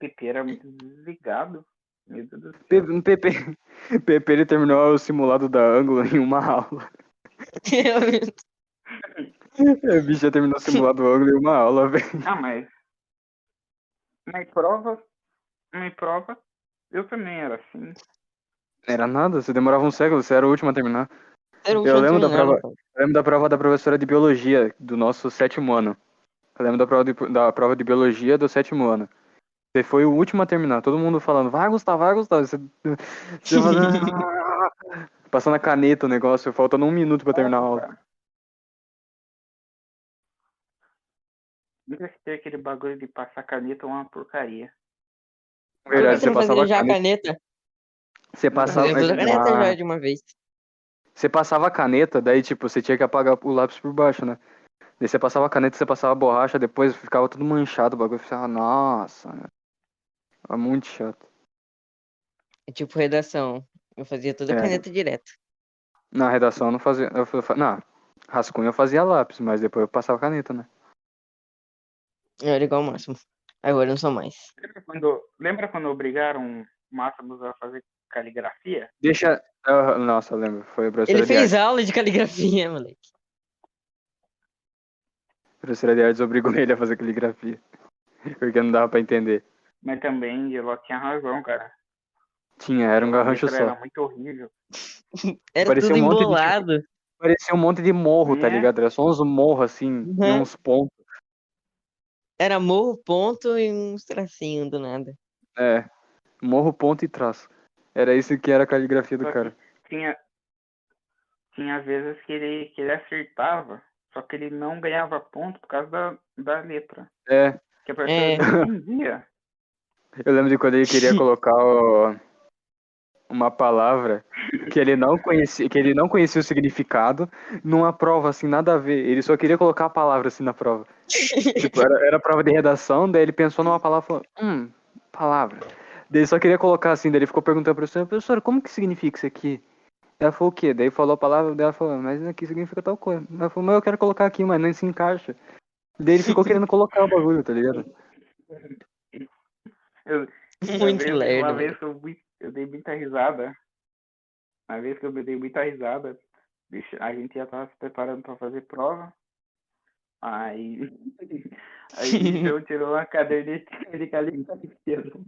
B: Pepe era muito desligado. Meu Deus do céu.
A: Pepe, Pepe, Pepe, ele terminou o simulado da ângulo em uma aula. O bicho já terminou o simulado do ângulo em uma aula, velho.
B: Ah, mas. Na prova. Na prova. Eu também era assim.
A: Era nada, você demorava um século, você era o último a terminar.
C: era o
A: Eu lembro da
C: último
A: prova-
C: terminal,
A: Eu lembro da prova da professora de biologia do nosso sétimo ano. Eu lembro da prova de, da prova de biologia do sétimo ano. Você foi o último a terminar, todo mundo falando, vai Gustavo, vai Gustavo. Você, você fazendo- Passando a caneta o negócio, faltando um minuto pra terminar a aula.
B: Nunca ter aquele bagulho de passar caneta é uma porcaria.
A: Na
C: Por é que
A: Verdade, você
C: você não fazia
A: passava a
C: já a
A: caneta.
C: caneta?
A: Você
C: Passava
A: passava,
C: eu fiz a caneta
A: Ah,
C: já de uma vez.
A: você passava a caneta, daí tipo, você tinha que apagar o lápis por baixo, né? Daí você passava a caneta, você passava a borracha, depois ficava tudo manchado o bagulho. Você ficava, nossa. É muito chato.
C: É Tipo redação. Eu fazia toda a
A: É.
C: caneta direto.
A: Na redação eu não fazia. Eu, fa- não, rascunho eu fazia lápis, mas depois eu passava a caneta, né?
C: Eu era igual o máximo. Agora eu não sou mais.
B: Lembra quando, lembra quando obrigaram o Máximos a fazer caligrafia?
A: Deixa. ah, nossa, eu lembro. Foi a professora
C: Ele
A: de
C: fez
A: artes.
C: aula de caligrafia, moleque.
A: A professora de artes obrigou ele a fazer caligrafia. Porque não dava pra entender.
B: Mas também ela tinha razão, cara.
A: Tinha, era um garrancho
B: Letra
A: só.
B: Era muito horrível.
C: Era
A: Parecia
C: tudo
A: um monte de-
C: embolado.
A: Parecia um monte de morro, tá
B: É.
A: ligado? Era só uns morros assim, e
C: Uhum.
A: uns pontos.
C: Era morro, ponto e uns tracinhos do nada.
A: É. Morro, ponto e traço. Era isso que era a caligrafia do
B: Só que
A: cara.
B: Tinha, tinha vezes que ele, que ele acertava, só que ele não ganhava ponto por causa da, da letra.
A: É.
B: Que a professora
C: É.
B: não entendia.
A: Eu lembro de quando ele queria colocar o- uma palavra que ele não conhecia, que ele não conhecia o significado numa prova assim, nada a ver. Ele só queria colocar a palavra assim na prova. Tipo, era, era prova de redação, daí ele pensou numa palavra, e falou, hum, palavra. Daí ele só queria colocar assim, daí ele ficou perguntando pra professora, professora, como que significa isso aqui? Ela falou o quê? Daí falou a palavra dela falou, mas aqui significa tal coisa. Ela falou, mas eu quero colocar aqui, mas não se encaixa. Daí ele ficou querendo colocar o bagulho, tá ligado?
B: Uma
C: Muito
B: vez-
C: lerdo.
B: Uma
C: moleque.
B: vez que eu, mui- eu dei muita risada. Uma vez que eu dei muita risada, bicho, a gente já tava se preparando pra fazer prova. Aí. Aí eu tirou uma cadernetinha de caligrafia. do-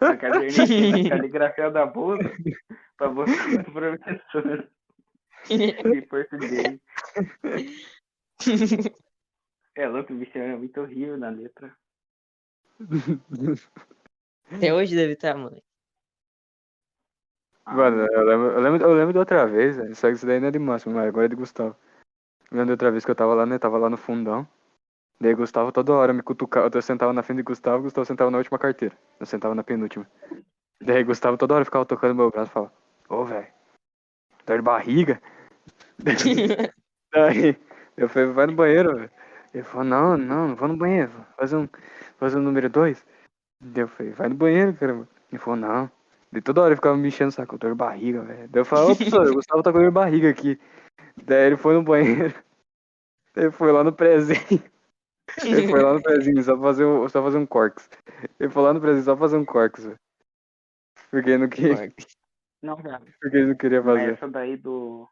B: Uma cadernetinha de caligrafia da bolsa pra botar no professor de português. É louco, o bicho é muito horrível na letra.
C: Até hoje deve tá, estar, mano.
B: Ah,
A: Mano, eu lembro, eu, lembro, eu lembro da outra vez, velho. Só que isso daí não é de máximo, mas agora é de Gustavo. Eu lembro da outra vez que eu tava lá, né? Tava lá no fundão. Daí Gustavo toda hora me cutucava. Eu sentava na frente de Gustavo, Gustavo sentava na última carteira. Eu sentava na penúltima. Daí Gustavo toda hora ficava tocando meu braço e falava, ô velho, dor de barriga. daí eu falei, vai no banheiro, velho. Ele falou, não, não, não vou no banheiro, vou fazer um, fazer um número dois. Daí eu falei, vai no banheiro, caramba. Ele falou, não. De toda hora ele ficava me enchendo o saco, dor de barriga, velho. Daí eu falei, ô professor, o Gustavo tá com dor de barriga aqui. Daí ele foi no banheiro. Ele foi lá no prezinho. Ele foi lá no prezinho só pra fazer, um- só fazer um corks. Ele foi lá no prezinho só pra fazer um corks, velho. Porque ele não queria,
B: Não, velho.
A: porque ele não queria
B: Mas
A: fazer.
B: essa daí do.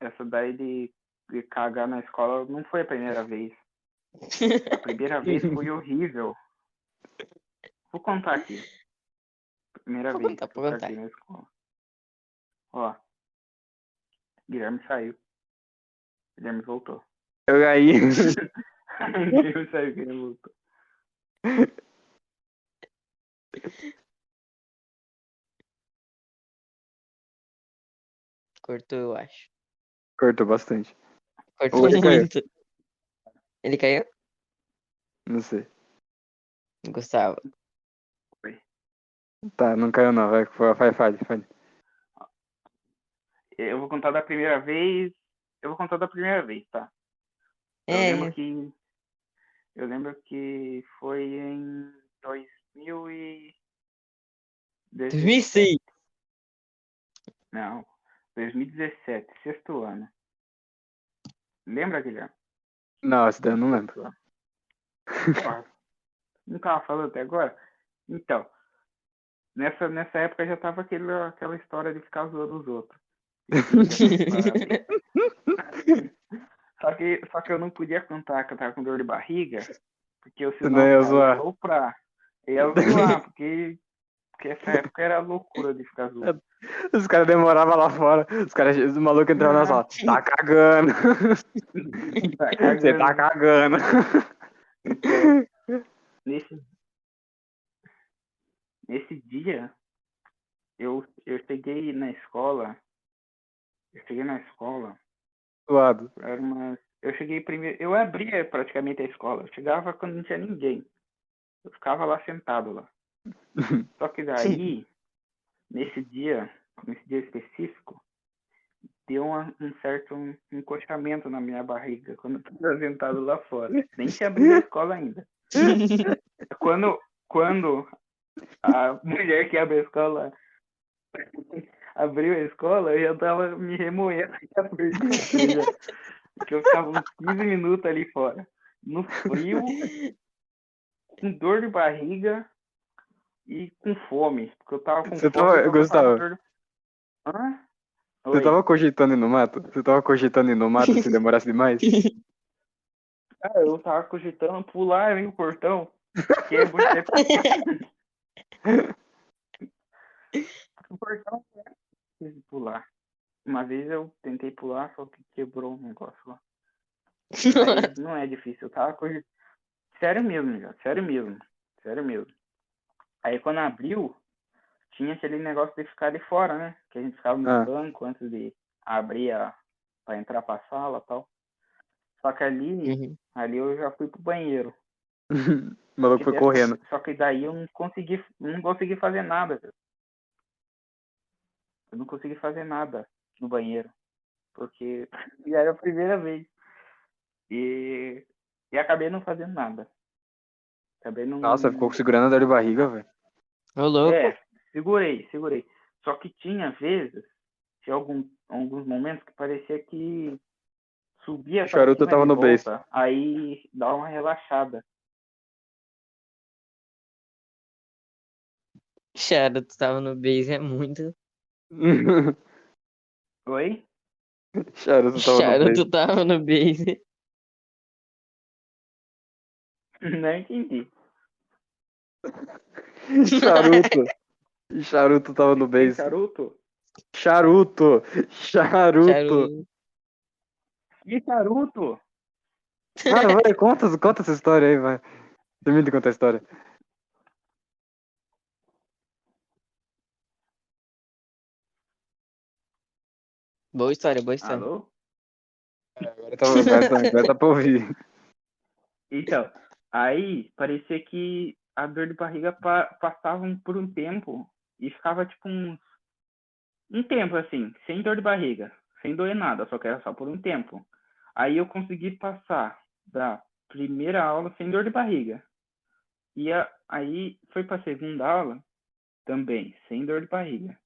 B: Essa daí de, de cagar na escola não foi a primeira vez. A primeira vez foi horrível. Vou contar aqui. Primeira
C: Vou
B: vez
C: contar,
B: que
C: vou
B: eu
C: Tá contar.
B: caguei na escola. Ó. Guilherme saiu. Guilherme voltou.
A: Eu aí.
B: Guilherme saiu, Guilherme voltou.
C: Cortou, eu acho.
A: Cortou bastante.
C: Cortou
A: Ou ele caiu.
C: muito. Ele caiu?
A: Não sei.
C: Gustavo.
A: Tá, não caiu não. Vai, vai, fale, fale.
B: Eu vou contar da primeira vez. Eu vou contar da primeira vez, tá? Eu
C: É,
B: lembro que eu lembro que foi em 2000 e
C: 2006.
B: não, 2017, sexto ano. Lembra, Guilherme?
A: Não, essa daí eu não lembro.
B: Porra, não tava falando até agora? Então, nessa, nessa época já tava aquele, aquela história de ficar zoando os outros. só, que, só que eu não podia cantar, que eu tava com dor de barriga, porque eu senão
A: Não ia
B: eu
A: zoar.
B: ia soprar. Eu ia zoar, porque, porque essa época era loucura de ficar zoando.
A: Os caras demoravam lá fora. Os caras, os malucos entravam na sala. Tá cagando.
B: Tá
A: Você tá
B: cagando.
A: cagando.
B: Nesse, nesse dia, eu, eu cheguei na escola. Eu cheguei na escola.
A: Suado.
B: Era uma... Eu cheguei primeiro. Eu abria praticamente a escola. Eu chegava quando não tinha ninguém. Eu ficava lá sentado lá. Só que daí, nesse dia, nesse dia específico, deu uma- um certo encostamento na minha barriga quando eu estava sentado lá fora. Nem tinha abrido a escola ainda. Quando, quando a mulher que abre a escola abriu a escola, eu já tava me remoendo de abrir. Porque eu ficava uns 15 minutos ali fora. No frio, com dor de barriga e com fome. Porque eu tava com
A: Você
B: fome.
A: tava-
B: eu com
A: Gustavo?
B: dor de- Hã?
A: Você
B: Oi.
A: tava cogitando ir no mato? Você tava cogitando ir no mato se demorasse demais?
B: Ah, eu tava cogitando pular ali o portão. Porque é muito O portão é difícil de pular. Uma vez eu tentei pular, só que quebrou um negócio lá. Mas não é difícil, eu tava cogitando. Sério mesmo, já. Sério mesmo. Sério mesmo. Aí quando abriu, tinha aquele negócio de ficar de fora, né? Que a gente ficava no
A: Ah.
B: banco antes de abrir a. pra entrar pra sala e tal. Só que ali,
C: Uhum.
B: ali eu já fui pro banheiro.
A: O maluco foi
B: Porque-
A: correndo.
B: Só que daí eu não consegui, não consegui fazer nada. velho. Eu não consegui fazer nada no banheiro. Porque já era a primeira vez. E, e acabei não fazendo nada. Acabei não.
A: Nossa, ficou segurando a dor de barriga, velho.
C: Ô, louco.
B: É, segurei, segurei. Só que tinha vezes, tinha algum, alguns momentos que parecia que subia. pra
A: Charuto
B: cima
A: tava
B: de
A: no beijo.
B: volta, Aí dá uma relaxada.
C: Charuto tava no base, é muito.
B: Oi?
A: Charuto tava no peito.
C: Charuto tava no base.
B: Não Né? entendi.
A: Charuto. Charuto tava no beijo.
B: Charuto?
A: Charuto. Charuto.
C: Charuto.
B: E charuto?
A: Vai, vai, conta, conta essa história aí, vai. Termina de contar a história.
C: Boa história, boa história.
B: Alô?
A: Agora tá, agora tá, agora tá pra ouvir.
B: Então, aí parecia que a dor de barriga pa passava um- por um tempo e ficava tipo um, um tempo assim, sem dor de barriga, sem doer nada, só que era só por um tempo. Aí eu consegui passar da primeira aula sem dor de barriga. E a- aí foi para segunda aula também, sem dor de barriga.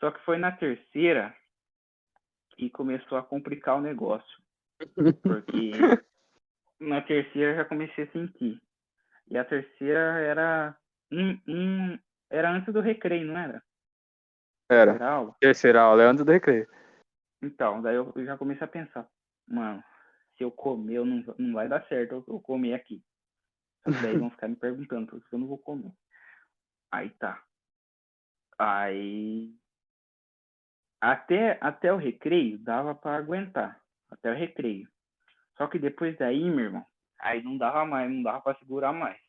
B: Só que foi na terceira que começou a complicar o negócio. Porque na terceira eu já comecei a sentir. E a terceira era um, um- era antes do recreio, não era?
A: Era.
B: Era aula.
A: Terceira aula, é antes do recreio.
B: Então, daí eu eu já comecei a pensar, mano, se eu comer, eu não, va- não vai dar certo eu- eu comer aqui. Só que Daí vão ficar me perguntando, por isso que eu não vou comer. Aí tá. Aí. Até, até o recreio dava pra aguentar. Até o recreio. Só que depois daí, meu irmão, aí não dava mais, não dava pra segurar mais.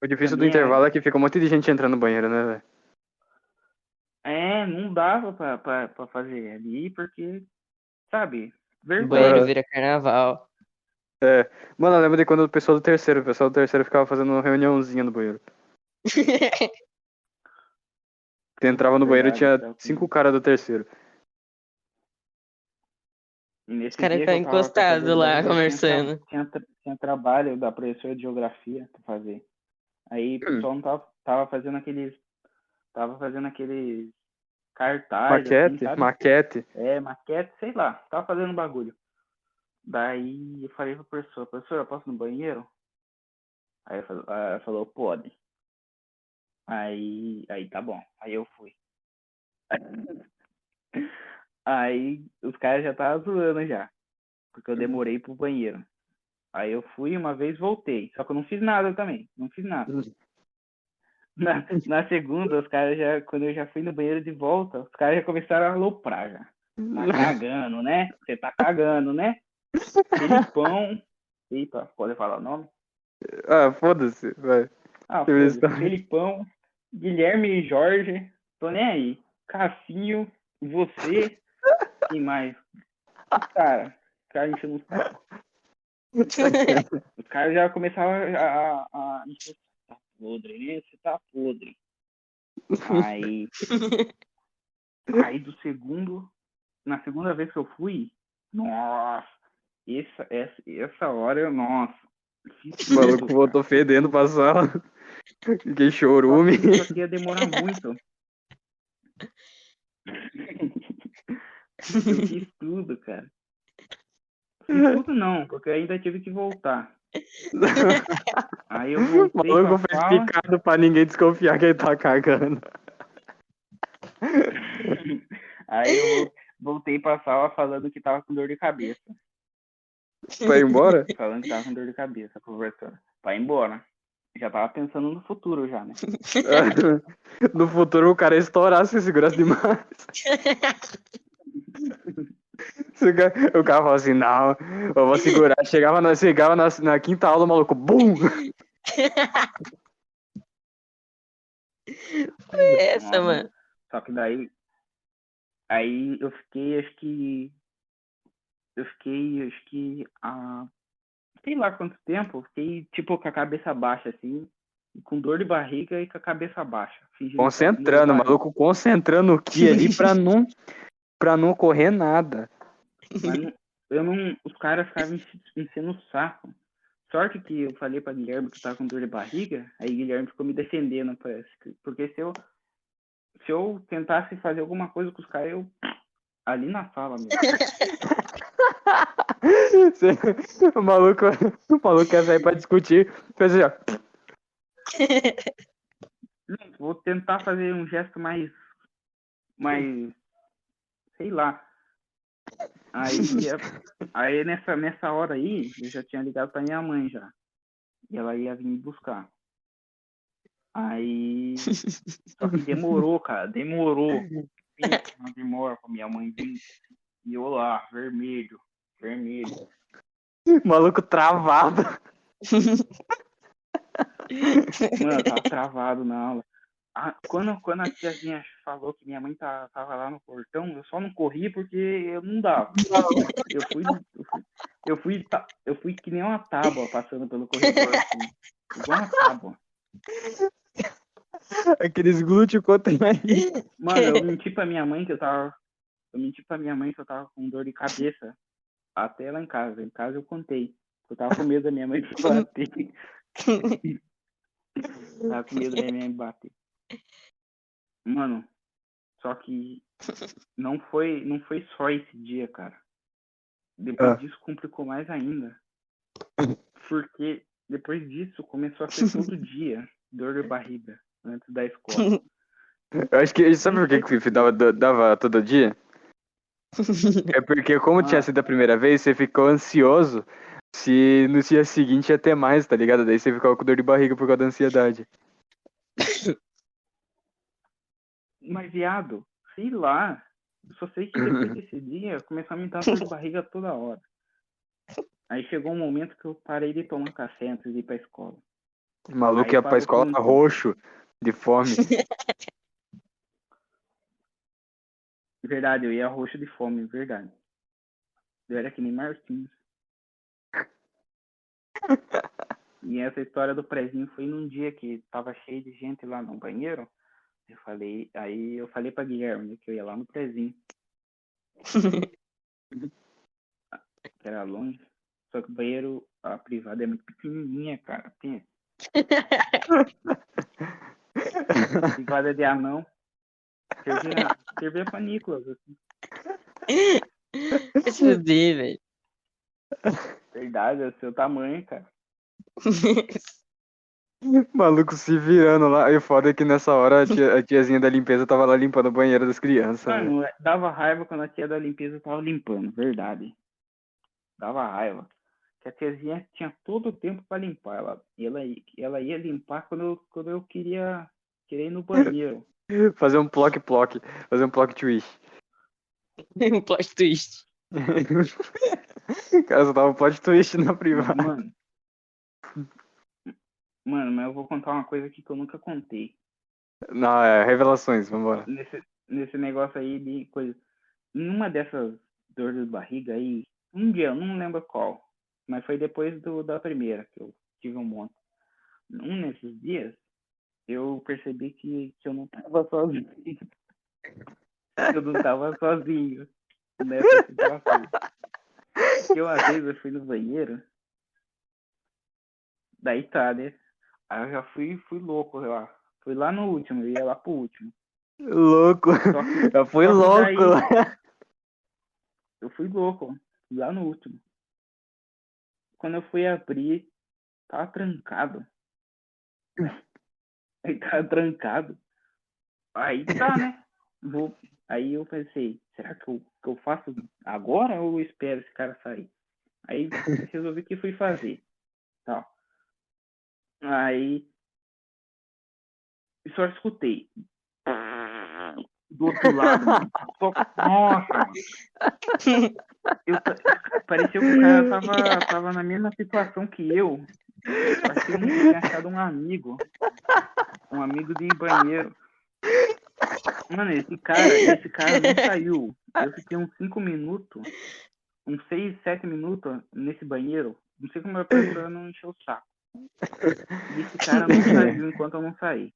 A: O difícil do
B: Também era.
A: intervalo é que fica um monte de gente entrando no banheiro, né, velho?
B: É, não dava pra, pra, pra fazer ali, porque, sabe,
C: O
B: vergonha.
A: Ah.
C: banheiro vira carnaval.
A: Mano, eu lembro de quando o pessoal do terceiro, o pessoal do terceiro ficava fazendo uma reuniãozinha no banheiro. Você entrava no banheiro
B: Verdade,
A: tinha
B: tá ok.
A: cinco caras do terceiro.
B: Nesse
C: Os caras
B: dia
C: tá
B: que eu tava pra
C: encostado
B: fazer
C: lá,
B: desenho,
C: conversando.
B: Tinha, tra- tinha, tra- tinha trabalho da professora de geografia pra fazer. Aí
C: Hum.
B: o pessoal não tava, tava fazendo aqueles. Tava fazendo aqueles cartazes. assim,
A: Maquete,
B: sabe?
A: maquete.
B: É, maquete, sei lá. Tava fazendo bagulho. Daí eu falei pra professora, professora, posso ir no banheiro? Aí ela falou, ela falou, pode. Aí, aí tá bom. Aí eu fui. Aí os caras já estavam zoando já. Porque eu demorei pro banheiro. Aí eu fui uma vez voltei. Só que eu não fiz nada também. Não fiz nada. Na, na segunda, os caras já. Quando eu já fui no banheiro de volta, os caras já começaram a aloprar já. Tá cagando, né? Você tá cagando, né? Felipão. Eita, pode falar o nome?
A: Ah, foda-se, vai.
B: Ah,
A: Eu
B: foda-se.
A: estava-
B: Felipão, Guilherme e Jorge, tô nem aí. Cassinho, você, quem mais? E, Cara, o cara enchendo os caras. Os caras já começavam a, a, a encher. Tá podre, né? Você tá podre. Aí. Aí do segundo. Na segunda vez que eu fui, nossa! Essa, essa, essa hora, eu- nossa! fiz
A: O maluco
B: tudo,
A: voltou fedendo pra sala. Fiquei chorume.
B: Isso aqui ia demorar muito. Eu fiz tudo, cara. Fiz tudo não, porque eu ainda tive que voltar. Aí eu
A: O
B: voltei pra
A: maluco foi
B: sala,
A: picado pra ninguém desconfiar que ele tá cagando.
B: aí eu vol- voltei pra sala falando que tava com dor de cabeça.
A: Foi embora?
B: Falando que tava com dor de cabeça, professora. Vai embora. Já tava pensando no futuro já, né?
A: No futuro o cara ia estourar se segurasse demais. Se O cara, o cara falava assim, não, eu vou segurar. Chegava na, chegava na, na quinta aula, o maluco, bum!
C: Foi É essa,
B: Nossa.
C: mano.
A: Ah.
B: Só que daí. Aí eu fiquei, acho que. Eu fiquei, acho que. Ah, sei lá quanto tempo. eu Fiquei, tipo, com a cabeça baixa, assim. Com dor de barriga e com a cabeça baixa. fingindo que tava com dor de
A: Concentrando, o
B: barriga.
A: maluco concentrando o que ali pra não, pra não ocorrer nada.
B: Mas não- eu não, os caras ficavam enche- enchendo o saco. Sorte que eu falei pra Guilherme que eu tava com dor de barriga, aí Guilherme ficou me defendendo, parece. que- Porque se eu, se eu tentasse fazer alguma coisa com os caras, eu. Ali na sala mesmo.
A: O maluco, o maluco quer sair pra discutir. Fez assim, ó.
B: Gente, Vou tentar fazer um gesto mais. mais. sei lá. Aí, é- aí nessa, nessa hora aí, eu já tinha ligado pra minha mãe já. E ela ia vir me buscar. Aí. Só que demorou, cara, demorou. Pensa Uma demora pra minha mãe vir. E eu lá, vermelho, vermelho.
A: Maluco travado.
B: Mano, eu tava travado na aula. Ah, quando, quando a tiazinha falou que minha mãe tá- tava lá no portão, eu só não corri porque eu não dava. Eu fui, eu fui, eu fui, ta- eu fui que nem uma tábua passando pelo corredor, assim. Igual uma tábua.
A: Aqueles glúteos contra aí.
B: Mano, eu menti pra minha mãe que eu tava. Eu menti pra minha mãe que eu tava com dor de cabeça. Até lá em casa. Em casa eu contei. Eu tava com medo da minha mãe me bater. tava com medo da minha mãe me bater. Mano, só que não foi, não foi só esse dia, cara. Depois
A: Ah.
B: disso complicou mais ainda. Porque depois disso começou a ser todo dia dor de barriga antes da escola.
A: Eu acho que. Sabe por que que o Fifi dava, dava todo dia? É porque, como
B: Ah.
A: tinha sido a primeira vez, você ficou ansioso se no dia seguinte ia ter mais, tá ligado? Daí você ficava com dor de barriga por causa da ansiedade.
B: Mas, viado, sei lá. Eu só sei que depois desse dia começou a me dar dor de barriga toda hora. Aí chegou um momento que eu parei de tomar café antes de ir pra escola.
A: O maluco
B: Aí
A: ia pra
B: parou
A: escola
B: tudo.
A: roxo, de fome.
B: Verdade, eu ia roxo de fome, verdade. Eu era que nem Marquinhos. E essa história do prezinho foi num dia que tava cheio de gente lá no banheiro. Eu falei, aí eu falei pra Guilherme que eu ia lá no prezinho, que era longe. Só que o banheiro, a privada é muito pequenininha, cara. Tem privada de anão. Servia, servia pra Nicolas, assim.
C: Vai se fuder, velho.
B: Verdade, é o seu tamanho, cara.
A: O maluco se virando lá. E o foda é que nessa hora a, tia- a tiazinha da limpeza tava lá limpando o banheiro das crianças. né?
B: Mano, é, dava raiva quando a tia da limpeza tava limpando, verdade. Dava raiva. Que a tiazinha tinha todo o tempo pra limpar. Ela, e ela, i- ela ia limpar quando eu, quando eu queria, queria ir no banheiro.
A: Fazer um ploc-ploc. Fazer um ploc twist.
C: um plot twist.
A: Cara, só tava um plot twist na privada.
B: Mano. Mano, mas eu vou contar uma coisa aqui que eu nunca contei.
A: Não, é, revelações, vambora.
B: nesse, nesse negócio aí de coisa. Em uma dessas dores de barriga aí, um dia, eu não lembro qual, mas foi depois do, da primeira que eu tive um monte. Um desses dias, eu percebi que, que eu não tava sozinho. eu não tava sozinho nessa situação. Porque uma vez eu fui no banheiro, daí tá, né? Aí eu já fui, fui louco lá. Fui lá no último, eu ia lá pro último.
A: Louco.
B: Só que
A: Eu fui
B: Só que daí-
A: louco.
B: eu fui louco, lá no último. Quando eu fui abrir, tava trancado. Aí tava trancado. Aí tá, né? Vou... Aí eu pensei, será que eu, que eu faço agora ou eu espero esse cara sair? Aí resolvi que fui fazer. Tal. Aí só escutei. Do outro lado, mano. Só... Nossa, mano. Eu pa- Parecia que o cara tava, tava na mesma situação que eu. Parecia que eu tinha achado um amigo. Um amigo de banheiro. Mano, esse cara, esse cara não saiu. Eu fiquei uns 5 minutos, uns 6, 7 minutos nesse banheiro. Não sei como a pessoa não encheu o saco. E esse cara não saiu enquanto eu não saí.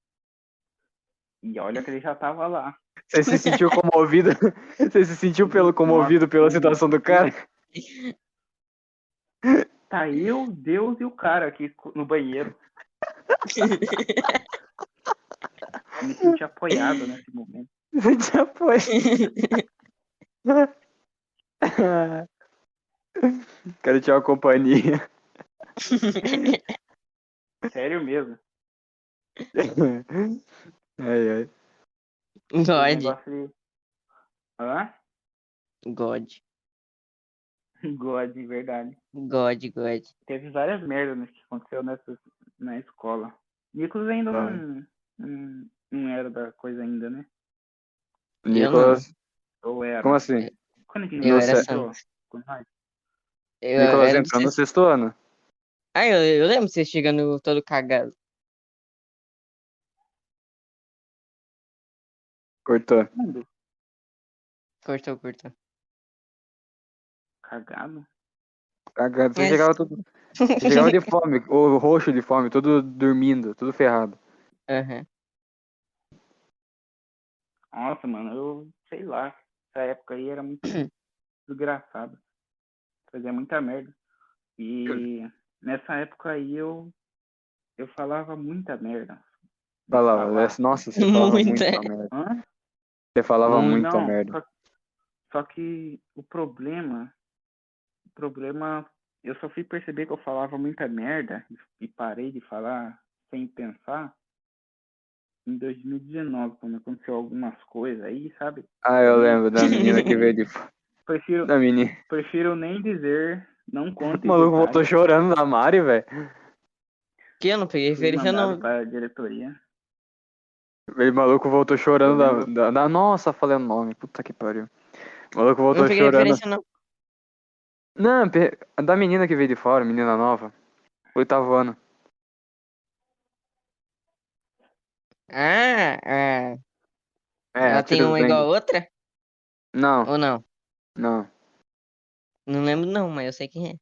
B: E olha que ele já tava lá.
A: Você se sentiu comovido? Você se sentiu pelo comovido pela situação do cara?
B: Tá eu, Deus e o cara aqui co- no banheiro. Eu me senti apoiado nesse momento.
A: Você te apoia. Quero tirar uma companhia.
B: Sério mesmo.
A: Ai, ai.
B: Esse
C: God.
B: negócio de- Hã?
C: God.
B: God, de verdade.
C: God, God.
B: Teve várias merdas que aconteceu nessa, na escola. Nicolas ainda
A: Ah.
B: não, não, não era da coisa ainda, né?
A: Nicolas,
B: Ou era?
A: como assim?
B: Quando a gente
C: Eu era
B: começou
C: santo.
B: com nós,
C: Eu
A: Nicolas
C: era do
A: entrou no
C: sexto-
A: sexto ano.
C: Ah, eu, eu lembro você chegando todo cagado.
A: Cortou.
B: Mundo
C: Cortou, cortou.
B: cagado.
A: Cagado. Ah, Você
C: Mas-
A: chegava todo. Você chegava de fome, ou roxo de fome, todo dormindo, tudo ferrado.
C: Aham.
B: Nossa, mano, eu sei lá. Essa época aí era muito desgraçado. Fazia muita merda. E nessa época aí eu, eu falava muita merda.
A: Vai lá,
B: Falava.
A: nossa, você falava
C: Muita.
A: muita merda.
B: Hã?
A: Você falava
B: Não,
A: muita
B: não,
A: merda.
B: Só, só que o problema, o problema, eu só fui perceber que eu falava muita merda e parei de falar sem pensar em 2019, quando aconteceu algumas coisas aí, sabe?
A: Ah, eu lembro da menina que veio de fo-
B: Prefiro,
A: Da menina.
B: prefiro nem dizer, não
A: O
B: conte.
A: maluco voltou chorando da Mari, velho.
C: Que eu não peguei referência,
B: referência
C: não.
B: para a diretoria.
A: O maluco voltou chorando da, da, da- Nossa, falei o nome. Puta que pariu. O maluco
C: Não
A: voltou
C: peguei
A: chorando.
C: referência, não.
A: Não, pe- da menina que veio de fora, menina nova. Oitavo ano.
C: Ah, ah.
A: É,
C: ela
A: a
C: tem
A: filha do
C: uma
A: Dengue.
C: igual a outra?
A: Não,
C: Ou não?
A: não.
C: Não lembro, não, mas eu sei quem é.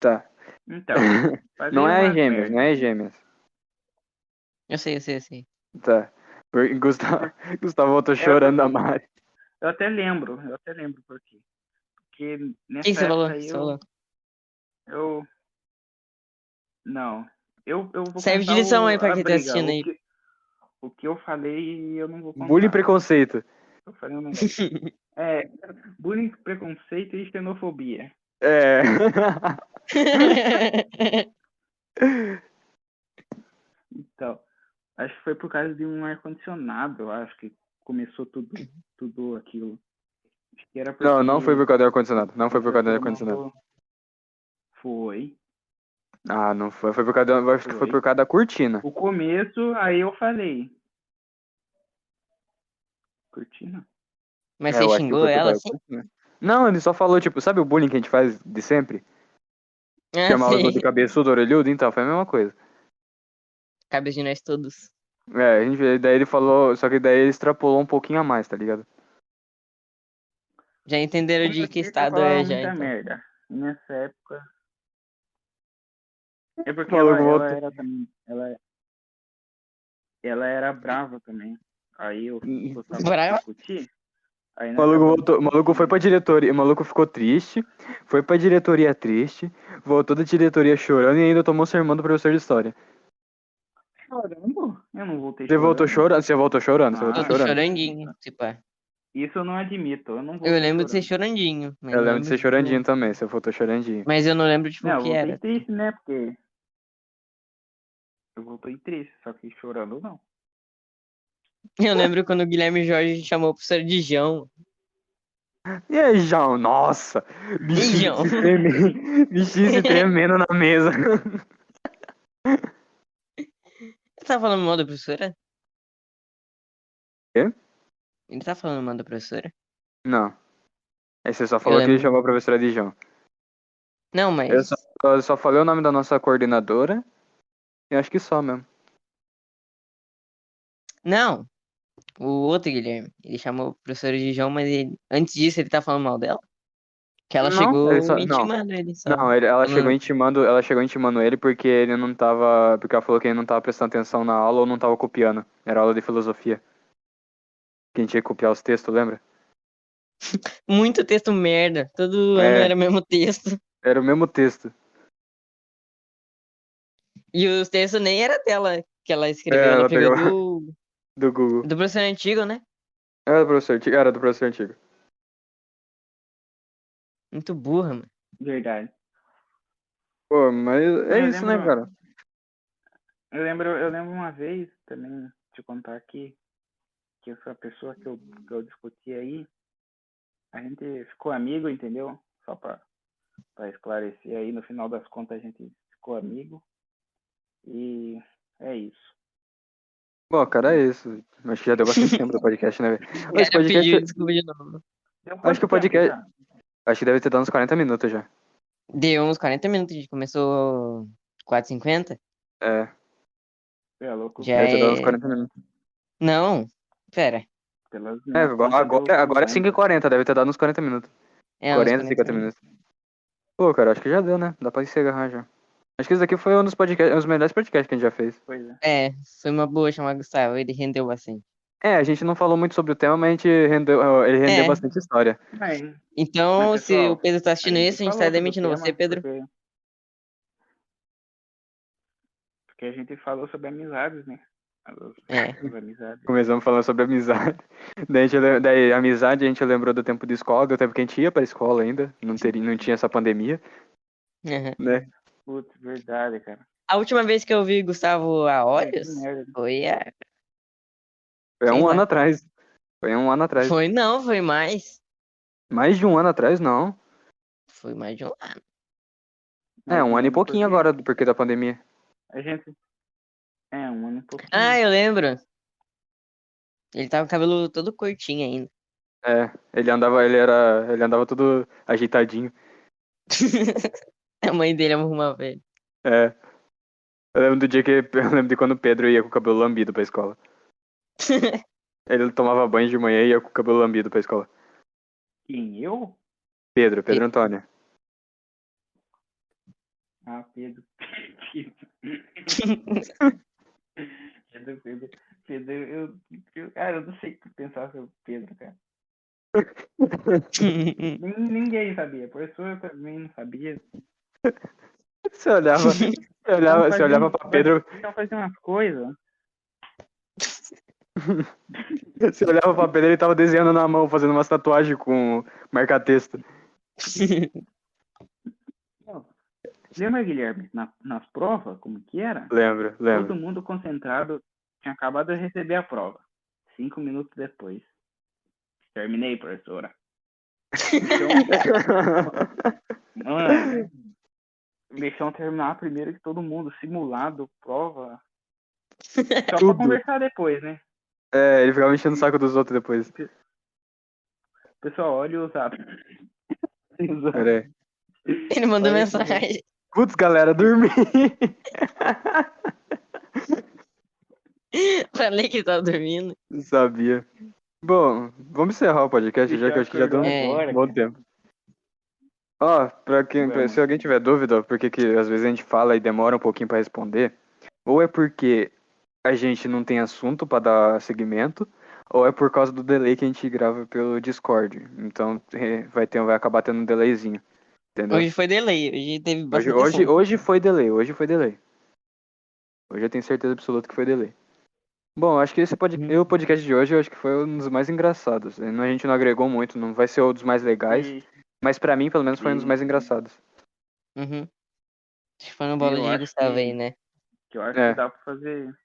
A: Tá.
B: Então, fazia
A: Não é
B: umas
A: gêmeas,
B: merda.
A: não é gêmeas.
C: Eu sei, eu sei, eu sei.
A: Tá. Por- Gustavo, Gustavo voltou chorando da Mari.
B: Eu até lembro, eu até lembro por quê. Porque
C: O
B: nessa
C: que que
B: época
C: você
A: é
C: falou?
B: aí
C: Você
B: eu-
C: falou?
B: Eu. Não. Eu, eu vou
C: Serve de
B: contar
C: lição
B: o-
C: aí pra
B: a
C: quem tá
B: briga,
C: assistindo
B: o
C: aí.
B: que- o que eu falei, eu não vou contar.
A: Bullying e preconceito.
B: Eu falei um negócio. É, bullying, preconceito e xenofobia.
A: É.
B: Então, acho que foi por causa de um ar-condicionado, eu acho que começou tudo, tudo aquilo. Acho que era
A: Não, não
B: porque
A: foi por causa do ar-condicionado. Não foi por causa do
B: eu
A: ar-condicionado.
B: mandou- Foi.
A: Ah, não foi. Foi por causa, do- acho que foi
B: Foi.
A: por causa da cortina.
B: O começo, aí eu falei. Curtindo?
C: Mas
A: É, eu
C: você
A: acho que
C: xingou
A: foi por
C: ela
A: causa
C: assim?
A: da cortina. Não, ele só falou, tipo, sabe o bullying que a gente faz de sempre?
C: Ah,
A: Chamar os
C: sim.
A: outros de cabeçudo, orelhudo? Então, foi a mesma coisa.
C: Cabeça de nós todos.
A: É, a gente, daí ele falou, só que daí ele extrapolou um pouquinho a mais, tá ligado?
C: Já entenderam de que estado é já.
B: Muita
C: então.
B: merda. Nessa época. É porque
A: Maluco
B: ela, ela
A: voltou.
B: era também. Ela, ela era brava também. Aí eu
A: Hum.
B: gostava
C: Brava?
B: de discutir. Aí
A: O
B: nós
A: maluco,
B: tava
A: voltou, o maluco foi pra diretoria, o maluco ficou triste, foi pra diretoria triste, voltou da diretoria chorando e ainda tomou sermão do professor de história.
B: chorando. Eu não voltei
A: Você voltou
B: chorando.
A: chorando, você voltou chorando, você
B: Ah.
A: voltou
C: Todo
A: chorando.
C: choranguinho, tipo. é.
B: Isso eu não admito. Eu não voltei
C: Eu lembro de ser
B: chorando.
C: chorandinho. mas
A: Eu
C: não
A: lembro de ser
C: tipo,
A: chorandinho também, você voltou chorandinho.
C: Mas eu não lembro de tipo,
B: Não,
C: o que
B: eu
C: era.
B: voltei triste, né? Porque. Eu voltei triste, só que chorando não.
C: Eu lembro quando o Guilherme Jorge chamou o professor de Jão.
A: E aí, João? Nossa! Bichinho se
C: João?
A: tremendo, bichinho se tremendo na mesa.
C: Ele tá falando mal da professora?
A: Quê?
C: Ele tá falando mal da professora?
A: Não. Aí você só falou que
C: Eu
A: ele
C: lembro. É
A: chamou a professora de João.
C: Não, mas.
A: Eu só, eu só falei o nome da nossa coordenadora. Eu acho que só mesmo.
C: Não. O outro Guilherme. Ele chamou o professor de Jão, mas ele- antes disso ele tá falando mal dela? Que ela
A: Não,
C: chegou
A: ele só- não.
C: intimando ele. Só.
A: Não, é ele- ela
C: Não.
B: Ah.
A: chegou intimando, ela chegou intimando ele porque ele não tava, porque ela falou que ele não tava prestando atenção na aula ou não tava copiando. Era aula de filosofia. Que a gente ia copiar os textos, lembra?
C: Muito texto merda. Todo
A: É.
C: ano era o mesmo texto.
A: Era o mesmo texto.
C: E os textos nem era dela que ela escreveu.
A: É,
C: ela,
A: ela
C: pegou
A: pegou-
C: do,
A: Do Google.
C: do professor antigo, né?
A: Era do professor antigo. Era do professor antigo.
C: Muito burra, mano.
B: Verdade.
A: Pô, mas é
B: Eu
A: isso, né,
B: lembro-
A: cara?
B: Eu lembro, eu lembro uma vez também te contar aqui que essa pessoa que eu, que eu discuti aí, a gente ficou amigo, entendeu? Só pra, pra esclarecer aí, no final das contas a gente ficou amigo. E é isso.
A: Bom, cara, é isso. Acho que já deu bastante tempo do podcast, né, velho? Esse
C: Cara,
A: podcast-
C: pediu desculpa de novo.
B: Deu
A: Acho que o
B: quanto tempo
A: podcast-
B: já?
A: Acho que deve ter dado uns 40 minutos já.
C: Deu uns 40 minutos, a gente começou 4h50.
A: É,
B: Você é louco.
C: Já
A: deve ter dado
C: é-
A: uns 40 minutos.
C: Não, pera.
B: Pelas
A: É,
B: minhas
A: agora,
B: contas, eu-
A: agora, agora é 5h40, deve ter dado uns 40 minutos.
C: É, uns
A: 40, 50 minutos. Pô, cara, acho que já deu, né? Dá pra se agarrar já. Acho que esse daqui foi um dos, podcasts, um dos melhores podcasts que a gente já fez.
B: Pois é.
C: É, foi uma boa chamar o Gustavo, ele rendeu bastante.
A: É, a gente não falou muito sobre o tema, mas a gente rendeu, ele rendeu
C: É.
A: bastante história.
B: Bem,
C: Então,
B: Mas,
C: se
B: pessoal,
C: o Pedro tá assistindo
B: a gente
C: isso, a gente
B: falou
C: tá
B: sobre o
C: demitindo
B: tema,
C: você, Pedro.
B: Porque... porque a gente falou sobre amizades, né? As,
C: É.
B: as amizades.
A: Começamos falando sobre amizade. Daí, a gente, lem- daí amizade, a gente lembrou do tempo de escola, do tempo que a gente ia pra escola ainda. Não, teria, não tinha essa pandemia,
C: Aham.
A: né?
B: Putz, verdade, cara.
C: A última vez que eu vi Gustavo a olhos
B: Que merda.
C: foi
B: é
C: a...
A: Foi há
C: Sei
A: um
C: lá.
A: ano atrás. Foi há um ano atrás.
C: Foi não, foi mais.
A: Mais de um ano atrás, não.
C: Foi mais de um ano.
A: É, um ano e pouquinho
B: Porque
A: agora, porque da pandemia.
B: A gente. É, um ano e pouquinho.
C: Ah, eu lembro. Ele tava com o cabelo todo curtinho ainda.
A: É, ele andava, ele era, ele andava todo ajeitadinho.
C: a mãe dele arrumava ele.
A: É. Eu lembro do dia que, eu lembro de quando o Pedro ia com o cabelo lambido pra escola. Ele tomava banho de manhã e ia com o cabelo lambido pra escola.
B: Quem? Eu?
A: Pedro, Pedro
C: Pe-
A: Antônio.
B: Ah, Pedro. Pedro, Pedro. Pedro, eu, eu. Cara, eu não sei o que pensar sobre o Pedro, cara. Nin- Ninguém sabia. Professor também não sabia.
A: Você olhava, você olhava, você olhava pra Pedro,
B: Então fazia umas coisas.
A: você olhava pra Pedro, ele tava desenhando na mão, fazendo umas tatuagens com marca-texto.
B: Lembra, Guilherme, na, nas provas, como que era?
A: Lembro, lembro.
B: Todo mundo concentrado tinha acabado de receber a prova. Cinco minutos depois. Terminei, professora. Mano, deixaram terminar primeiro que todo mundo, simulado, prova. Só
A: Tudo.
B: pra conversar depois, né?
A: É, ele ficava enchendo o saco dos outros depois.
B: Pessoal, olha o zap. O zap.
A: Pera aí.
C: ele mandou
B: Olha isso,
C: mensagem.
A: Putz, galera, dormi.
C: Falei que tava dormindo.
A: Sabia. Bom, vamos encerrar o podcast, já que eu acho que já deu um
C: É.
B: Agora,
A: bom
B: cara.
A: tempo. Ó, pra quem,
B: Vamos.
A: se alguém tiver dúvida, porque que às vezes a gente fala e demora um pouquinho pra responder, ou é porque a gente não tem assunto pra dar seguimento, ou é por causa do delay que a gente grava pelo Discord. Então eh, vai ter, vai acabar tendo um delayzinho. Entendeu?
C: Hoje foi delay, hoje teve
A: Hoje,
C: bastante
A: hoje,
C: assunto.
A: hoje foi delay, hoje foi delay. Hoje eu tenho certeza absoluta que foi delay. Bom, acho que esse pod...
C: Hum.
A: o podcast de hoje eu acho que foi um dos mais engraçados. né? A gente não agregou muito, não vai ser um dos mais legais,
B: E
A: mas pra mim, pelo menos, foi um dos
C: Hum.
B: Sim.
A: mais engraçados.
C: Uhum. Acho que foi no bolo
B: Eu
C: de
B: acho
C: Gustavo
B: que-
C: aí, né?
B: que eu acho
A: É.
B: que dá pra fazer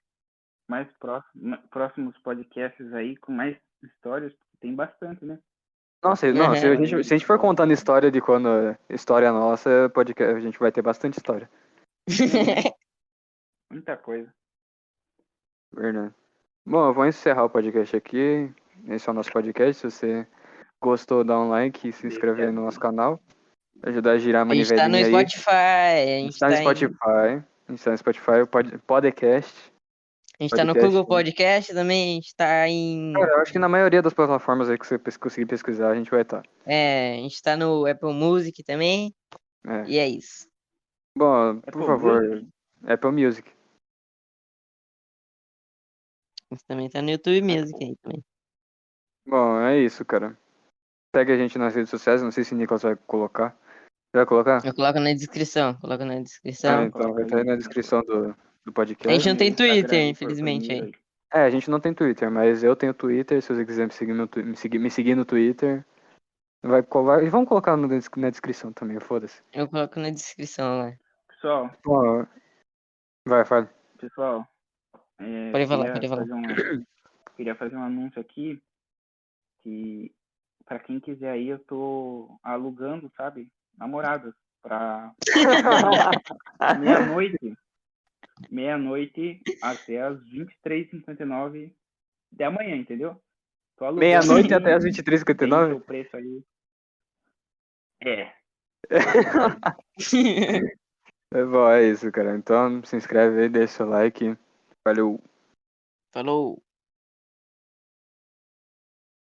B: mais próximo, né, próximos podcasts aí com mais histórias, porque tem bastante, né?
A: Nossa, não,
C: Uhum.
A: se, a gente, se a gente for contando história de quando. História nossa, podcast, a gente vai ter bastante história.
B: Muita coisa.
A: Verdade. Bom, eu vou encerrar o podcast aqui. Esse é o nosso podcast. Se você gostou, dá um like e se inscrever no nosso canal. Ajudar a girar a
C: a gente tá no
A: manivelinha aí.
C: Spotify, a gente
A: está no
C: tá em-
A: Spotify. A gente tá no Spotify, o pod- podcast.
C: A gente tá no
A: Podcast,
C: Google
A: né?
C: Podcast também, a gente tá em.
A: Cara, eu acho que na maioria das plataformas aí que você pes- conseguir pesquisar, a gente vai estar.
C: É, a gente tá no Apple Music também.
A: É.
C: E é isso.
A: Bom, por
B: Apple
A: favor,
B: Music.
A: Apple Music.
C: A gente também tá no YouTube Music aí também.
A: Bom, é isso, cara. Segue a gente nas redes sociais, não sei se o Nicolas vai colocar. Você vai colocar?
C: Eu coloco na descrição, coloco na
A: Ah,
C: descrição.
A: então vai estar aí na descrição do, do
C: A gente
A: podcast.
C: não tem
B: No Instagram,
C: Twitter,
B: por
C: infelizmente,
B: família
A: É, a gente não tem Twitter, mas eu tenho Twitter, se você quiser me seguir, no Twi- me seguir, me seguir no Twitter. Vai, co- vai, vamos colocar no- na descrição também, foda-se.
C: Eu coloco na descrição lá.
B: Pessoal,
A: Bom, vai, fala.
B: pessoal. é,
C: Pode falar, pode
B: queria
C: falar.
B: fazer um- queria fazer um anúncio aqui que pra quem quiser aí eu tô alugando, sabe? Namoradas pra meia-noite. Meia-noite até as 23h59 da manhã, entendeu? Tô alugando
A: Meia-noite
B: aí,
A: até as
B: tem
A: 23h59?
B: o preço aí. É.
A: É bom, é isso, cara. Então se inscreve aí, deixa o like. Valeu.
C: Falou.